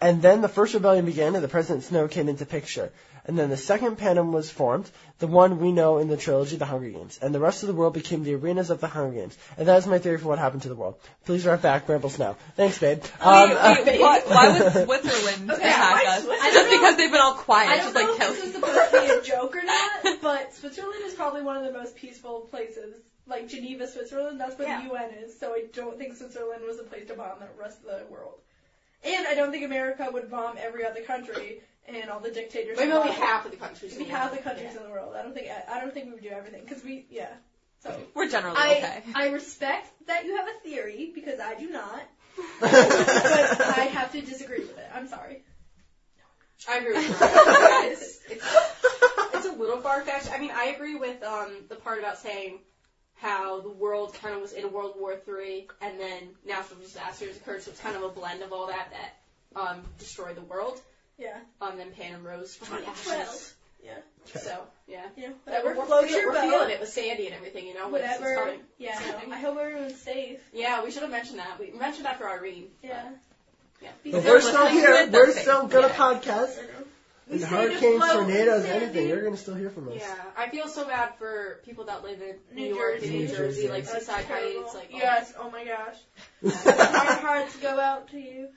Speaker 1: And then the first rebellion began, and the President Snow came into picture. And then the second Panem was formed, the one we know in the trilogy, The Hunger Games. And the rest of the world became the arenas of the Hunger Games. And that is my theory for what happened to the world. Please write back, Bramble Snow. Thanks, babe. Um,
Speaker 5: wait, wait, why, why would Switzerland
Speaker 3: Okay,
Speaker 5: attack
Speaker 3: why
Speaker 5: us?
Speaker 3: Switzerland?
Speaker 5: Just because they've been all quiet,
Speaker 3: I
Speaker 5: just
Speaker 3: don't
Speaker 5: like
Speaker 3: know if
Speaker 5: Kelsey.
Speaker 3: this is supposed to be a joke or not, but Switzerland is probably one of the most peaceful places. Like Geneva, Switzerland, that's where the UN is, so I don't think Switzerland was a place to bomb the rest of the world. And I don't think America would bomb every other country and all the dictators.
Speaker 2: Maybe
Speaker 3: would
Speaker 2: only
Speaker 3: bomb.
Speaker 2: half of the countries.
Speaker 3: We have the countries in the world. I don't think I don't think we would do everything because we yeah. So
Speaker 5: We're generally
Speaker 3: I
Speaker 5: okay.
Speaker 3: I respect that you have a theory because I do not, but I
Speaker 1: I
Speaker 3: have to disagree with it. I'm sorry.
Speaker 2: I agree with her. it's, it's, it's a little far fetched. I mean, I agree with um, the part about saying how the world kind of was in World War Three, and then natural disasters occurred, so it's kind of a blend of all that that um, destroyed the world.
Speaker 3: Yeah.
Speaker 2: Um, then Panem rose from the ashes.
Speaker 3: Well, yeah.
Speaker 2: So yeah,
Speaker 3: You know,
Speaker 2: But
Speaker 3: whatever
Speaker 2: we're,
Speaker 3: floats
Speaker 2: feel-
Speaker 3: your
Speaker 2: we're feeling
Speaker 3: boat.
Speaker 2: it with Sandy and everything, you know. it's- it's
Speaker 3: Whatever.
Speaker 2: hard.
Speaker 3: Yeah.
Speaker 2: Sorry.
Speaker 3: no, I hope everyone's safe.
Speaker 2: Yeah, we should have mentioned that. We mentioned that for Irene.
Speaker 3: Yeah.
Speaker 2: Yeah.
Speaker 1: But we're still
Speaker 5: listening
Speaker 1: here.
Speaker 5: to
Speaker 1: We're
Speaker 5: nothing.
Speaker 1: still good
Speaker 2: Yeah.
Speaker 1: at podcasts.
Speaker 3: We
Speaker 1: And
Speaker 3: stayed
Speaker 1: hurricanes,
Speaker 3: afloat,
Speaker 1: tornadoes,
Speaker 3: Sandy.
Speaker 1: anything. You're going to still hear from us.
Speaker 2: Yeah, I feel so bad for people that live in New,
Speaker 3: New
Speaker 2: York, and
Speaker 1: Jersey.
Speaker 2: New
Speaker 1: New
Speaker 2: Jersey,
Speaker 1: Jersey.
Speaker 2: like
Speaker 1: That's
Speaker 2: Seaside Heights, like all
Speaker 3: yes. Oh my gosh. Our
Speaker 1: Clearly,
Speaker 3: hearts go out to you.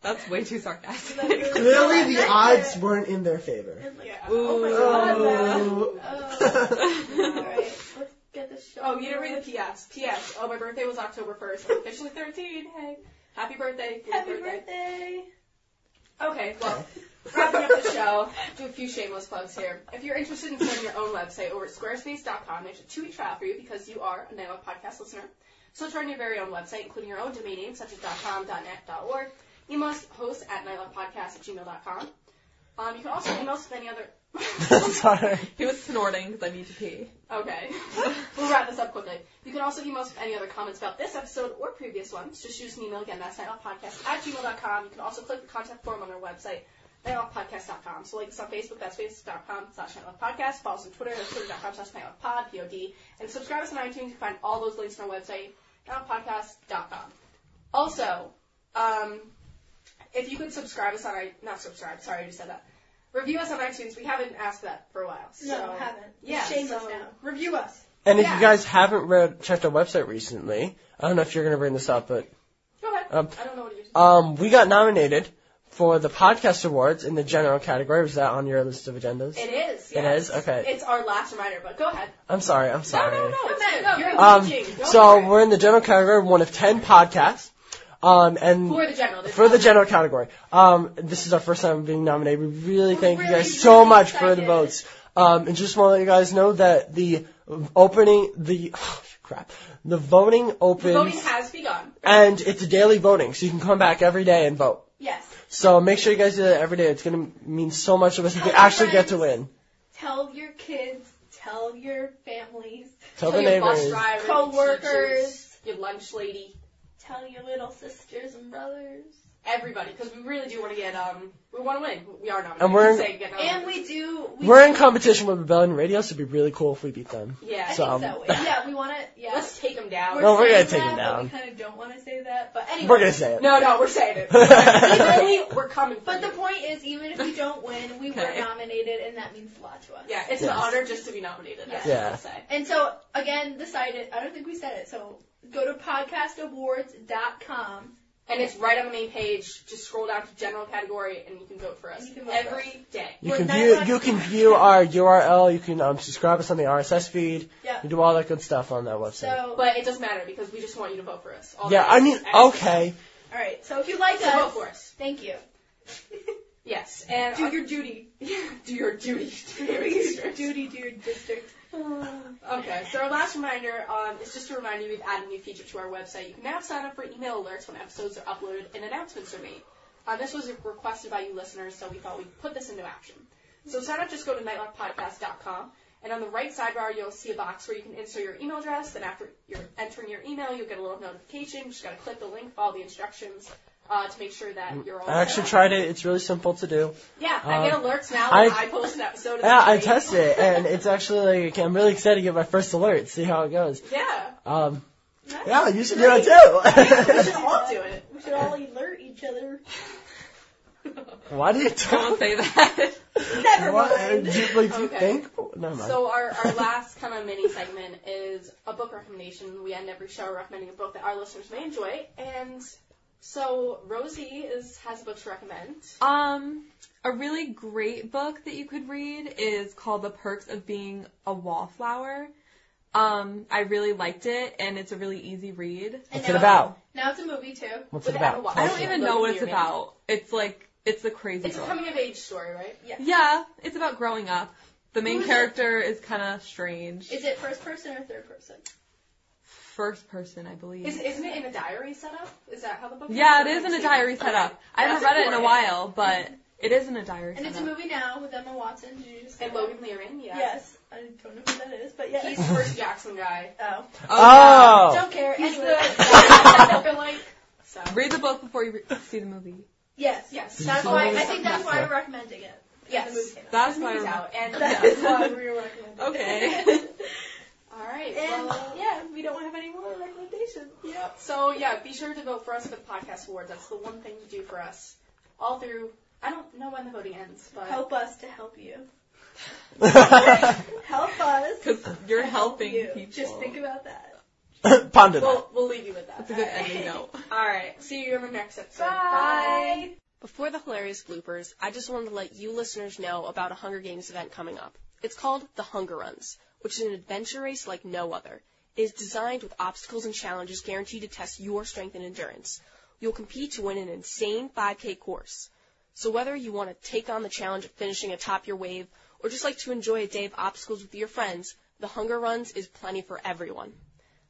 Speaker 5: That's way too sarcastic.
Speaker 3: Clearly
Speaker 1: the odds weren't in their favor.
Speaker 3: And like,
Speaker 2: Yeah.
Speaker 3: Oh my god. man. Oh. Alright, let's get this show.
Speaker 2: Oh, you didn't read the PS. PS. Oh, my birthday was October 1st. I'm officially 13. Hey. Happy birthday.
Speaker 3: Happy birthday.
Speaker 2: Okay, well, wrapping up the show, do a few shameless plugs here. If you're interested in starting your own website over at squarespace.com, there's a two-week trial for you because you are a NILA podcast listener. So try your very own website, including your own domain name, such as .com, .net, .org. Email us, host at podcast at gmail.com. Um, you can also email us with any other...
Speaker 1: Sorry.
Speaker 5: he was snorting because I need to pee.
Speaker 2: Okay. we'll wrap this up quickly. You can also email us with any other comments about this episode or previous ones. Just shoot us an email again, that's podcast at gmail.com. You can also click the contact form on our website, nightlifepodcast.com. So like us on Facebook, that's facebook.com slash nightlifepodcast. Follow us on Twitter, that's twitter.com slash nightlifepod, P-O-D. And subscribe us on iTunes. You can find all those links on our website, nightlifepodcast.com. Also, um, if you could subscribe us on, i- not subscribe, sorry, I just said that. Review us on iTunes. We haven't asked that for a while. So.
Speaker 3: No, haven't.
Speaker 2: yeah,
Speaker 3: Shameless
Speaker 2: so-
Speaker 3: now. Review us.
Speaker 1: And if
Speaker 2: Yeah.
Speaker 1: you guys haven't read checked our website recently, I don't know if you're going to bring this up, but
Speaker 2: Go ahead.
Speaker 1: Um,
Speaker 2: I don't know what it is.
Speaker 1: um, we got nominated for the podcast awards in the general category. Was that on your list of agendas?
Speaker 2: It is.
Speaker 1: It
Speaker 2: yes.
Speaker 1: is? Okay.
Speaker 2: It's our last reminder, but go ahead.
Speaker 1: I'm sorry. I'm sorry.
Speaker 2: No, no, no. It's good. You're
Speaker 1: Um,
Speaker 2: teaching. Go
Speaker 1: so
Speaker 2: for it.
Speaker 1: we're in the general category, one of ten podcasts. Um, and
Speaker 2: for the general. there's
Speaker 1: for the
Speaker 2: no-
Speaker 1: general category, um, this is our first time being nominated. We really thank you
Speaker 3: really,
Speaker 1: guys so
Speaker 3: really
Speaker 1: much for the
Speaker 3: excited.
Speaker 1: votes. Um, and just want to let you guys know that the opening, the crap, the voting
Speaker 2: The
Speaker 1: opens,
Speaker 2: voting has begun.
Speaker 1: and it's daily voting, so you can come back every day and vote.
Speaker 3: Yes.
Speaker 1: So make sure you guys do that every day. It's gonna mean so much to us if you actually get to win.
Speaker 3: Tell your kids. Tell your families.
Speaker 1: Tell
Speaker 2: So
Speaker 1: the
Speaker 2: your bus
Speaker 1: neighbors.
Speaker 2: driver, your teachers,
Speaker 3: Co-workers.
Speaker 2: your lunch lady,
Speaker 3: Tell your little sisters and brothers.
Speaker 2: everybody, because we really do want to get. Um, we want to win. We are nominated.
Speaker 1: And we're-
Speaker 2: We say get nominated.
Speaker 3: And we do. We
Speaker 1: We're in competition with Rebellion Radio, so it'd be really cool if we beat them.
Speaker 2: yeah.
Speaker 3: I
Speaker 1: so, um,
Speaker 3: think so. Yeah, we want to. Yeah.
Speaker 2: Let's take them down.
Speaker 1: No, we're gonna
Speaker 3: saying
Speaker 1: take it
Speaker 3: that, but
Speaker 1: down.
Speaker 3: We kind of don't want to say that, but anyway.
Speaker 1: We're gonna say it.
Speaker 2: no, no, we're saying it. Literally, we're coming.
Speaker 3: But the
Speaker 2: for you.
Speaker 3: point is, even if we don't win, we
Speaker 5: Okay.
Speaker 3: were nominated, and that means a lot to us.
Speaker 2: yeah, it's an
Speaker 1: Yes.
Speaker 2: honor just to be nominated. That's what
Speaker 1: Yeah.
Speaker 2: I'll say.
Speaker 3: And so, again, decided, I don't think we said it, so go to podcastawards.com.
Speaker 2: And it's right on the main page. Just scroll down to general category, and you can vote for us
Speaker 3: You
Speaker 2: every
Speaker 3: can
Speaker 2: day.
Speaker 3: vote for
Speaker 1: You
Speaker 3: We're
Speaker 1: can
Speaker 3: not
Speaker 1: view
Speaker 3: allowed
Speaker 1: you
Speaker 3: to-
Speaker 1: can view our URL. You can um, subscribe us on the RSS feed.
Speaker 3: Yeah.
Speaker 1: You do all that good stuff on that website.
Speaker 3: So,
Speaker 2: But it doesn't matter because we just want you to vote for us. All
Speaker 1: yeah,
Speaker 2: that
Speaker 1: I
Speaker 2: is-
Speaker 1: mean,
Speaker 2: that is-
Speaker 1: okay.
Speaker 3: alright, so if you like
Speaker 2: So vote
Speaker 3: us,
Speaker 2: for us.
Speaker 3: thank you.
Speaker 2: Yes, and
Speaker 3: Do
Speaker 2: uh,
Speaker 3: your duty.
Speaker 2: do your duty. Do your
Speaker 3: Your
Speaker 2: research.
Speaker 3: duty to your district. Oh,
Speaker 2: Okay, so our last reminder um, is just to remind you we've added a new feature to our website. You can now sign up for email alerts when episodes are uploaded and announcements are made. Uh, this was requested by you listeners, so we thought we'd put this into action. So sign up, just go to nightlockpodcast.com, and on the right sidebar you'll see a box where you can insert your email address, and after you're entering your email, you'll get a little notification. You just gotta click the link, follow the instructions uh, to make sure that you're all
Speaker 1: I actually
Speaker 2: set.
Speaker 1: tried it. It's really simple to do.
Speaker 2: Yeah, I get
Speaker 1: Um,
Speaker 2: alerts now when I,
Speaker 1: I-
Speaker 2: post an episode. of the
Speaker 1: Yeah, I
Speaker 2: series.
Speaker 1: tested it, and it's actually like I'm really excited to get my first alert. See how it goes.
Speaker 2: yeah.
Speaker 1: Um,
Speaker 3: Nice.
Speaker 1: yeah, you should do it
Speaker 3: Great.
Speaker 2: We should
Speaker 1: too.
Speaker 2: all do it.
Speaker 3: We should all alert each other.
Speaker 1: Why did it
Speaker 5: Don't say that.
Speaker 3: Never
Speaker 1: Why,
Speaker 3: mind.
Speaker 1: do, you- like, do you
Speaker 2: Okay.
Speaker 1: think? Never mind.
Speaker 2: So our, our last kind of mini segment is a book recommendation. We end every show recommending a book that our listeners may enjoy. And so Rosie is has a book to recommend.
Speaker 5: Um, a really great book that you could read is called The Perks of Being a Wallflower. Um, I really liked it, and it's a really easy read.
Speaker 3: And
Speaker 1: What's it
Speaker 3: now-
Speaker 1: about?
Speaker 3: Now it's a movie too.
Speaker 1: What's
Speaker 2: with
Speaker 1: it about?
Speaker 2: Emma Watson.
Speaker 5: I
Speaker 1: Tell
Speaker 5: don't
Speaker 1: us.
Speaker 5: even know what it's about. It's like it's a crazy
Speaker 2: It's a
Speaker 5: book.
Speaker 2: coming of age story, right?
Speaker 5: yeah, it's about growing up. The main
Speaker 3: Who is it?
Speaker 5: character is kind of strange.
Speaker 3: Is it first person or third person?
Speaker 5: First person, I believe.
Speaker 2: Is, isn't it in a diary setup? Is that how the book?
Speaker 5: yeah, it is in a diary setup. I
Speaker 2: That's
Speaker 5: haven't read it in a
Speaker 2: important.
Speaker 5: while, but it is in a diary
Speaker 3: And it's a
Speaker 5: setup.
Speaker 3: movie now with Emma Watson. Did you just say
Speaker 2: And
Speaker 3: that?
Speaker 2: Logan Learin, yeah.
Speaker 3: Yes. I don't know who that is, but yes.
Speaker 2: He's the first Jackson guy.
Speaker 3: oh.
Speaker 5: yeah.
Speaker 1: Oh!
Speaker 3: Don't care.
Speaker 2: He's the
Speaker 3: anyway.
Speaker 2: they're like so.
Speaker 5: Read the book before you re- see the movie.
Speaker 3: yes.
Speaker 2: Yes,
Speaker 1: Did you
Speaker 2: that's
Speaker 1: see
Speaker 2: why
Speaker 1: the
Speaker 3: I
Speaker 2: I
Speaker 1: movie?
Speaker 2: think
Speaker 3: think that's why I'm recommending it.
Speaker 2: Yes.
Speaker 3: The movie came out.
Speaker 5: That's
Speaker 2: the
Speaker 5: why.
Speaker 2: movie's
Speaker 5: I
Speaker 2: out. And
Speaker 3: That
Speaker 5: Yeah.
Speaker 3: is why we're recommending it.
Speaker 5: Okay.
Speaker 2: all right,
Speaker 3: And
Speaker 2: well,
Speaker 3: yeah, we don't have any more recommendations. Yep.
Speaker 2: So yeah, be sure to vote for us at the podcast awards. That's the one thing to do for us. All through, I don't know when the voting ends, but
Speaker 3: Help us to help you. Help us.
Speaker 5: Because you're helping
Speaker 3: you.
Speaker 5: people.
Speaker 3: Just think about that.
Speaker 1: Ponder that.
Speaker 2: we'll, we'll leave you with that.
Speaker 5: It's a good ending note.
Speaker 2: All right, see you in the next episode.
Speaker 3: Bye.
Speaker 7: Before the hilarious bloopers, I just wanted to let you listeners know about a Hunger Games event coming up. It's called the Hunger Runs, which is an adventure race like no other. It is designed with obstacles and challenges guaranteed to test your strength and endurance. You'll compete to win an insane 5K course. So whether you want to take on the challenge of finishing atop your wave, or just like to enjoy a day of obstacles with your friends, the Hunger Runs is plenty for everyone.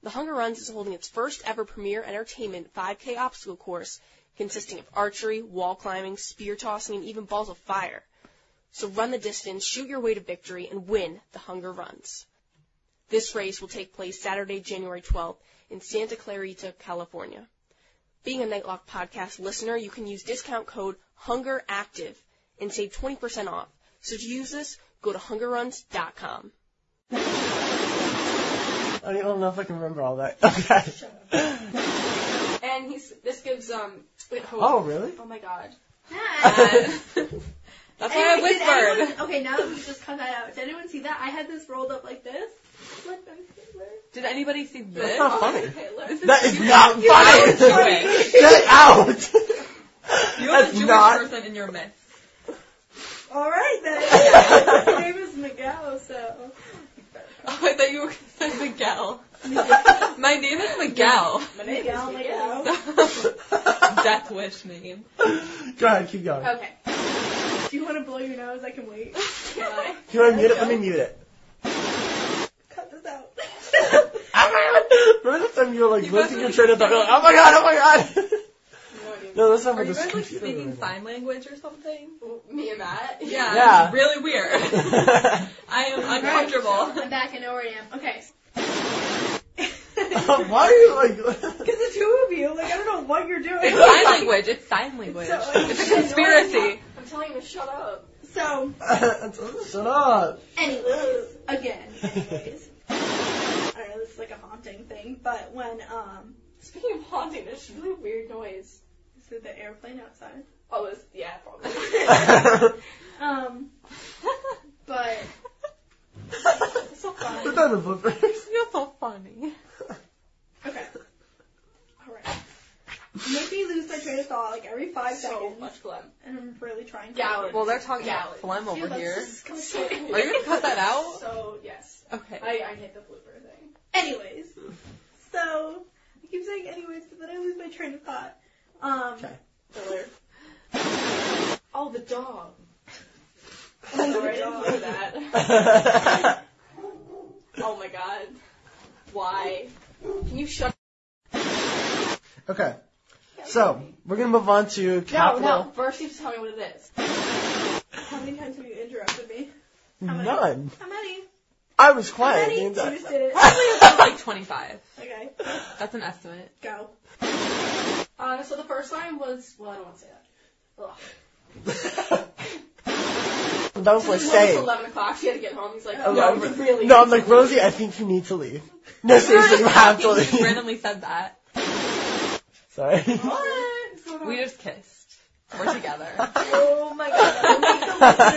Speaker 7: The Hunger Runs is holding its first ever premier entertainment 5K obstacle course consisting of archery, wall climbing, spear tossing, and even balls of fire. So run the distance, shoot your way to victory, and win the Hunger Runs. This race will take place Saturday, January 12th in Santa Clarita, California. Being a Nightlock podcast listener, you can use discount code HUNGERACTIVE and save 20% off. So to use this, go to hungerruns.com.
Speaker 1: I don't know if I can remember all that. Okay.
Speaker 2: And he's this gives um. Wait, hold
Speaker 1: Oh,
Speaker 2: on.
Speaker 1: really?
Speaker 2: Oh my god.
Speaker 3: Hi.
Speaker 5: That's why I
Speaker 3: Anyway, did
Speaker 5: whispered.
Speaker 3: anyone- okay, now that we just cut that out, did anyone see that? I had this rolled up like this. Look, I'm Hitler.
Speaker 5: Did anybody see
Speaker 1: That's
Speaker 5: this?
Speaker 1: not funny.
Speaker 3: Hitler.
Speaker 5: This
Speaker 1: That is
Speaker 5: you-
Speaker 1: not
Speaker 5: you are
Speaker 1: funny.
Speaker 5: Jewish.
Speaker 1: Get out!
Speaker 5: You are the
Speaker 1: That's
Speaker 5: Jewish
Speaker 1: not-
Speaker 5: person in your myth.
Speaker 3: All right then. His name is Miguel, so
Speaker 5: Oh, I thought you were going to say Miguel. My name is Miguel.
Speaker 2: My name is
Speaker 3: Miguel, Miguel.
Speaker 5: Death wish name.
Speaker 1: Go ahead, keep going.
Speaker 2: Okay.
Speaker 3: Do you want to blow your nose? I can wait.
Speaker 1: If you want to mute it, let me mute it.
Speaker 3: Cut this out.
Speaker 1: Remember the time you were like
Speaker 5: Oh You
Speaker 1: losing
Speaker 5: must-
Speaker 1: your train of thought? You're like, oh my god, oh my god!
Speaker 2: No idea.
Speaker 1: no, that's not
Speaker 5: Are
Speaker 1: what
Speaker 5: you
Speaker 1: this
Speaker 5: guys like
Speaker 1: computer
Speaker 5: speaking
Speaker 1: really
Speaker 5: sign language or something?
Speaker 2: Me and Matt.
Speaker 5: Yeah.
Speaker 1: Yeah.
Speaker 5: it's Really weird.
Speaker 1: was.
Speaker 5: I am uncomfortable.
Speaker 3: I'm back. I know where I am. Okay.
Speaker 1: Why are you like.
Speaker 3: Because the two of you, like, I don't know what you're doing.
Speaker 5: It's sign language. It's sign language.
Speaker 3: So-
Speaker 5: it's a conspiracy.
Speaker 2: I'm telling you to shut up.
Speaker 3: So,
Speaker 1: Shut up!
Speaker 3: anyways, again, anyways. I don't know, this is like a haunting thing, but when, um,
Speaker 2: Speaking of haunting, there's really weird noise.
Speaker 3: is it the airplane outside?
Speaker 2: Oh, it's, yeah, probably.
Speaker 3: Um, but
Speaker 5: so
Speaker 1: Put
Speaker 5: funny.
Speaker 1: down the bloopers.
Speaker 5: You're so funny.
Speaker 3: Okay. Alright. Make me lose my train of thought like every five
Speaker 2: so
Speaker 3: seconds.
Speaker 2: much phlegm.
Speaker 3: And I'm really trying to.
Speaker 2: Gallons.
Speaker 5: Well, they're talking
Speaker 2: Yeah,
Speaker 5: about phlegm over
Speaker 3: Dude, that's
Speaker 5: here.
Speaker 3: disgusting.
Speaker 5: Are you gonna cut that out?
Speaker 2: So, yes.
Speaker 5: Okay.
Speaker 2: I, I hit the blooper thing.
Speaker 3: Anyways. So, I keep saying anyways, but then I lose my train of thought. Um,
Speaker 1: Okay.
Speaker 2: Filler. Oh, the dog.
Speaker 3: Oh, the
Speaker 2: Sorry, I didn't
Speaker 3: dog.
Speaker 2: hear that. Oh my god. Why? Can you shut
Speaker 1: okay, so we're gonna move on to
Speaker 2: No,
Speaker 1: capital.
Speaker 2: no. First you have to tell me what it is.
Speaker 3: how many times have you interrupted me? How many?
Speaker 1: None.
Speaker 3: How many?
Speaker 1: I was
Speaker 3: How
Speaker 1: quiet.
Speaker 3: many? You
Speaker 1: the
Speaker 3: just did it.
Speaker 5: Probably about like 25.
Speaker 3: Okay,
Speaker 5: That's an estimate.
Speaker 3: go.
Speaker 2: Uh, so the first line was, well, I don't want to say that.
Speaker 1: entire- that was like
Speaker 2: It was
Speaker 1: saying.
Speaker 2: 11 o'clock. She had to get home. He's like,
Speaker 1: I'm
Speaker 2: no,
Speaker 1: like,
Speaker 2: really.
Speaker 1: No, I'm like Rosie. I think you need to leave. No, seriously, you have to
Speaker 5: You
Speaker 1: leave.
Speaker 5: randomly said that.
Speaker 1: Sorry.
Speaker 2: What?
Speaker 5: We just kissed. We're together.
Speaker 3: Oh my god, that would make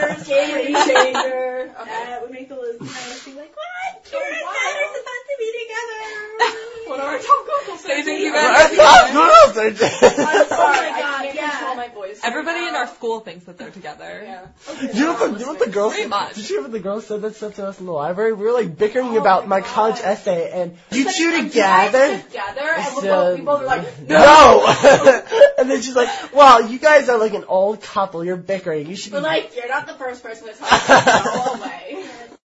Speaker 3: the listeners game changer.
Speaker 2: Okay.
Speaker 3: That would make the listeners be like, what? Kira and
Speaker 2: wow.
Speaker 3: Matt are supposed to be together.
Speaker 2: What are our top goals?
Speaker 5: They think you
Speaker 1: Our
Speaker 5: guys are
Speaker 1: top
Speaker 5: together.
Speaker 1: girls are dead.
Speaker 3: I'm sorry,
Speaker 2: I
Speaker 3: God,
Speaker 2: can't
Speaker 3: yeah.
Speaker 2: control my voice.
Speaker 5: Everybody in our school thinks that they're together.
Speaker 2: Yeah.
Speaker 1: You know what the, you know what the girls
Speaker 5: Pretty
Speaker 1: said?
Speaker 5: much.
Speaker 1: Did you hear what the girls said that stuff to us in the library? We were like bickering about my college essay and you two together?
Speaker 2: Together, and we
Speaker 1: said-
Speaker 2: both, we both were like,
Speaker 1: No! and then she's like, wow, you guys are like an old couple. You're bickering. You should be
Speaker 2: But like, you're not the first person to talk about it, so go away.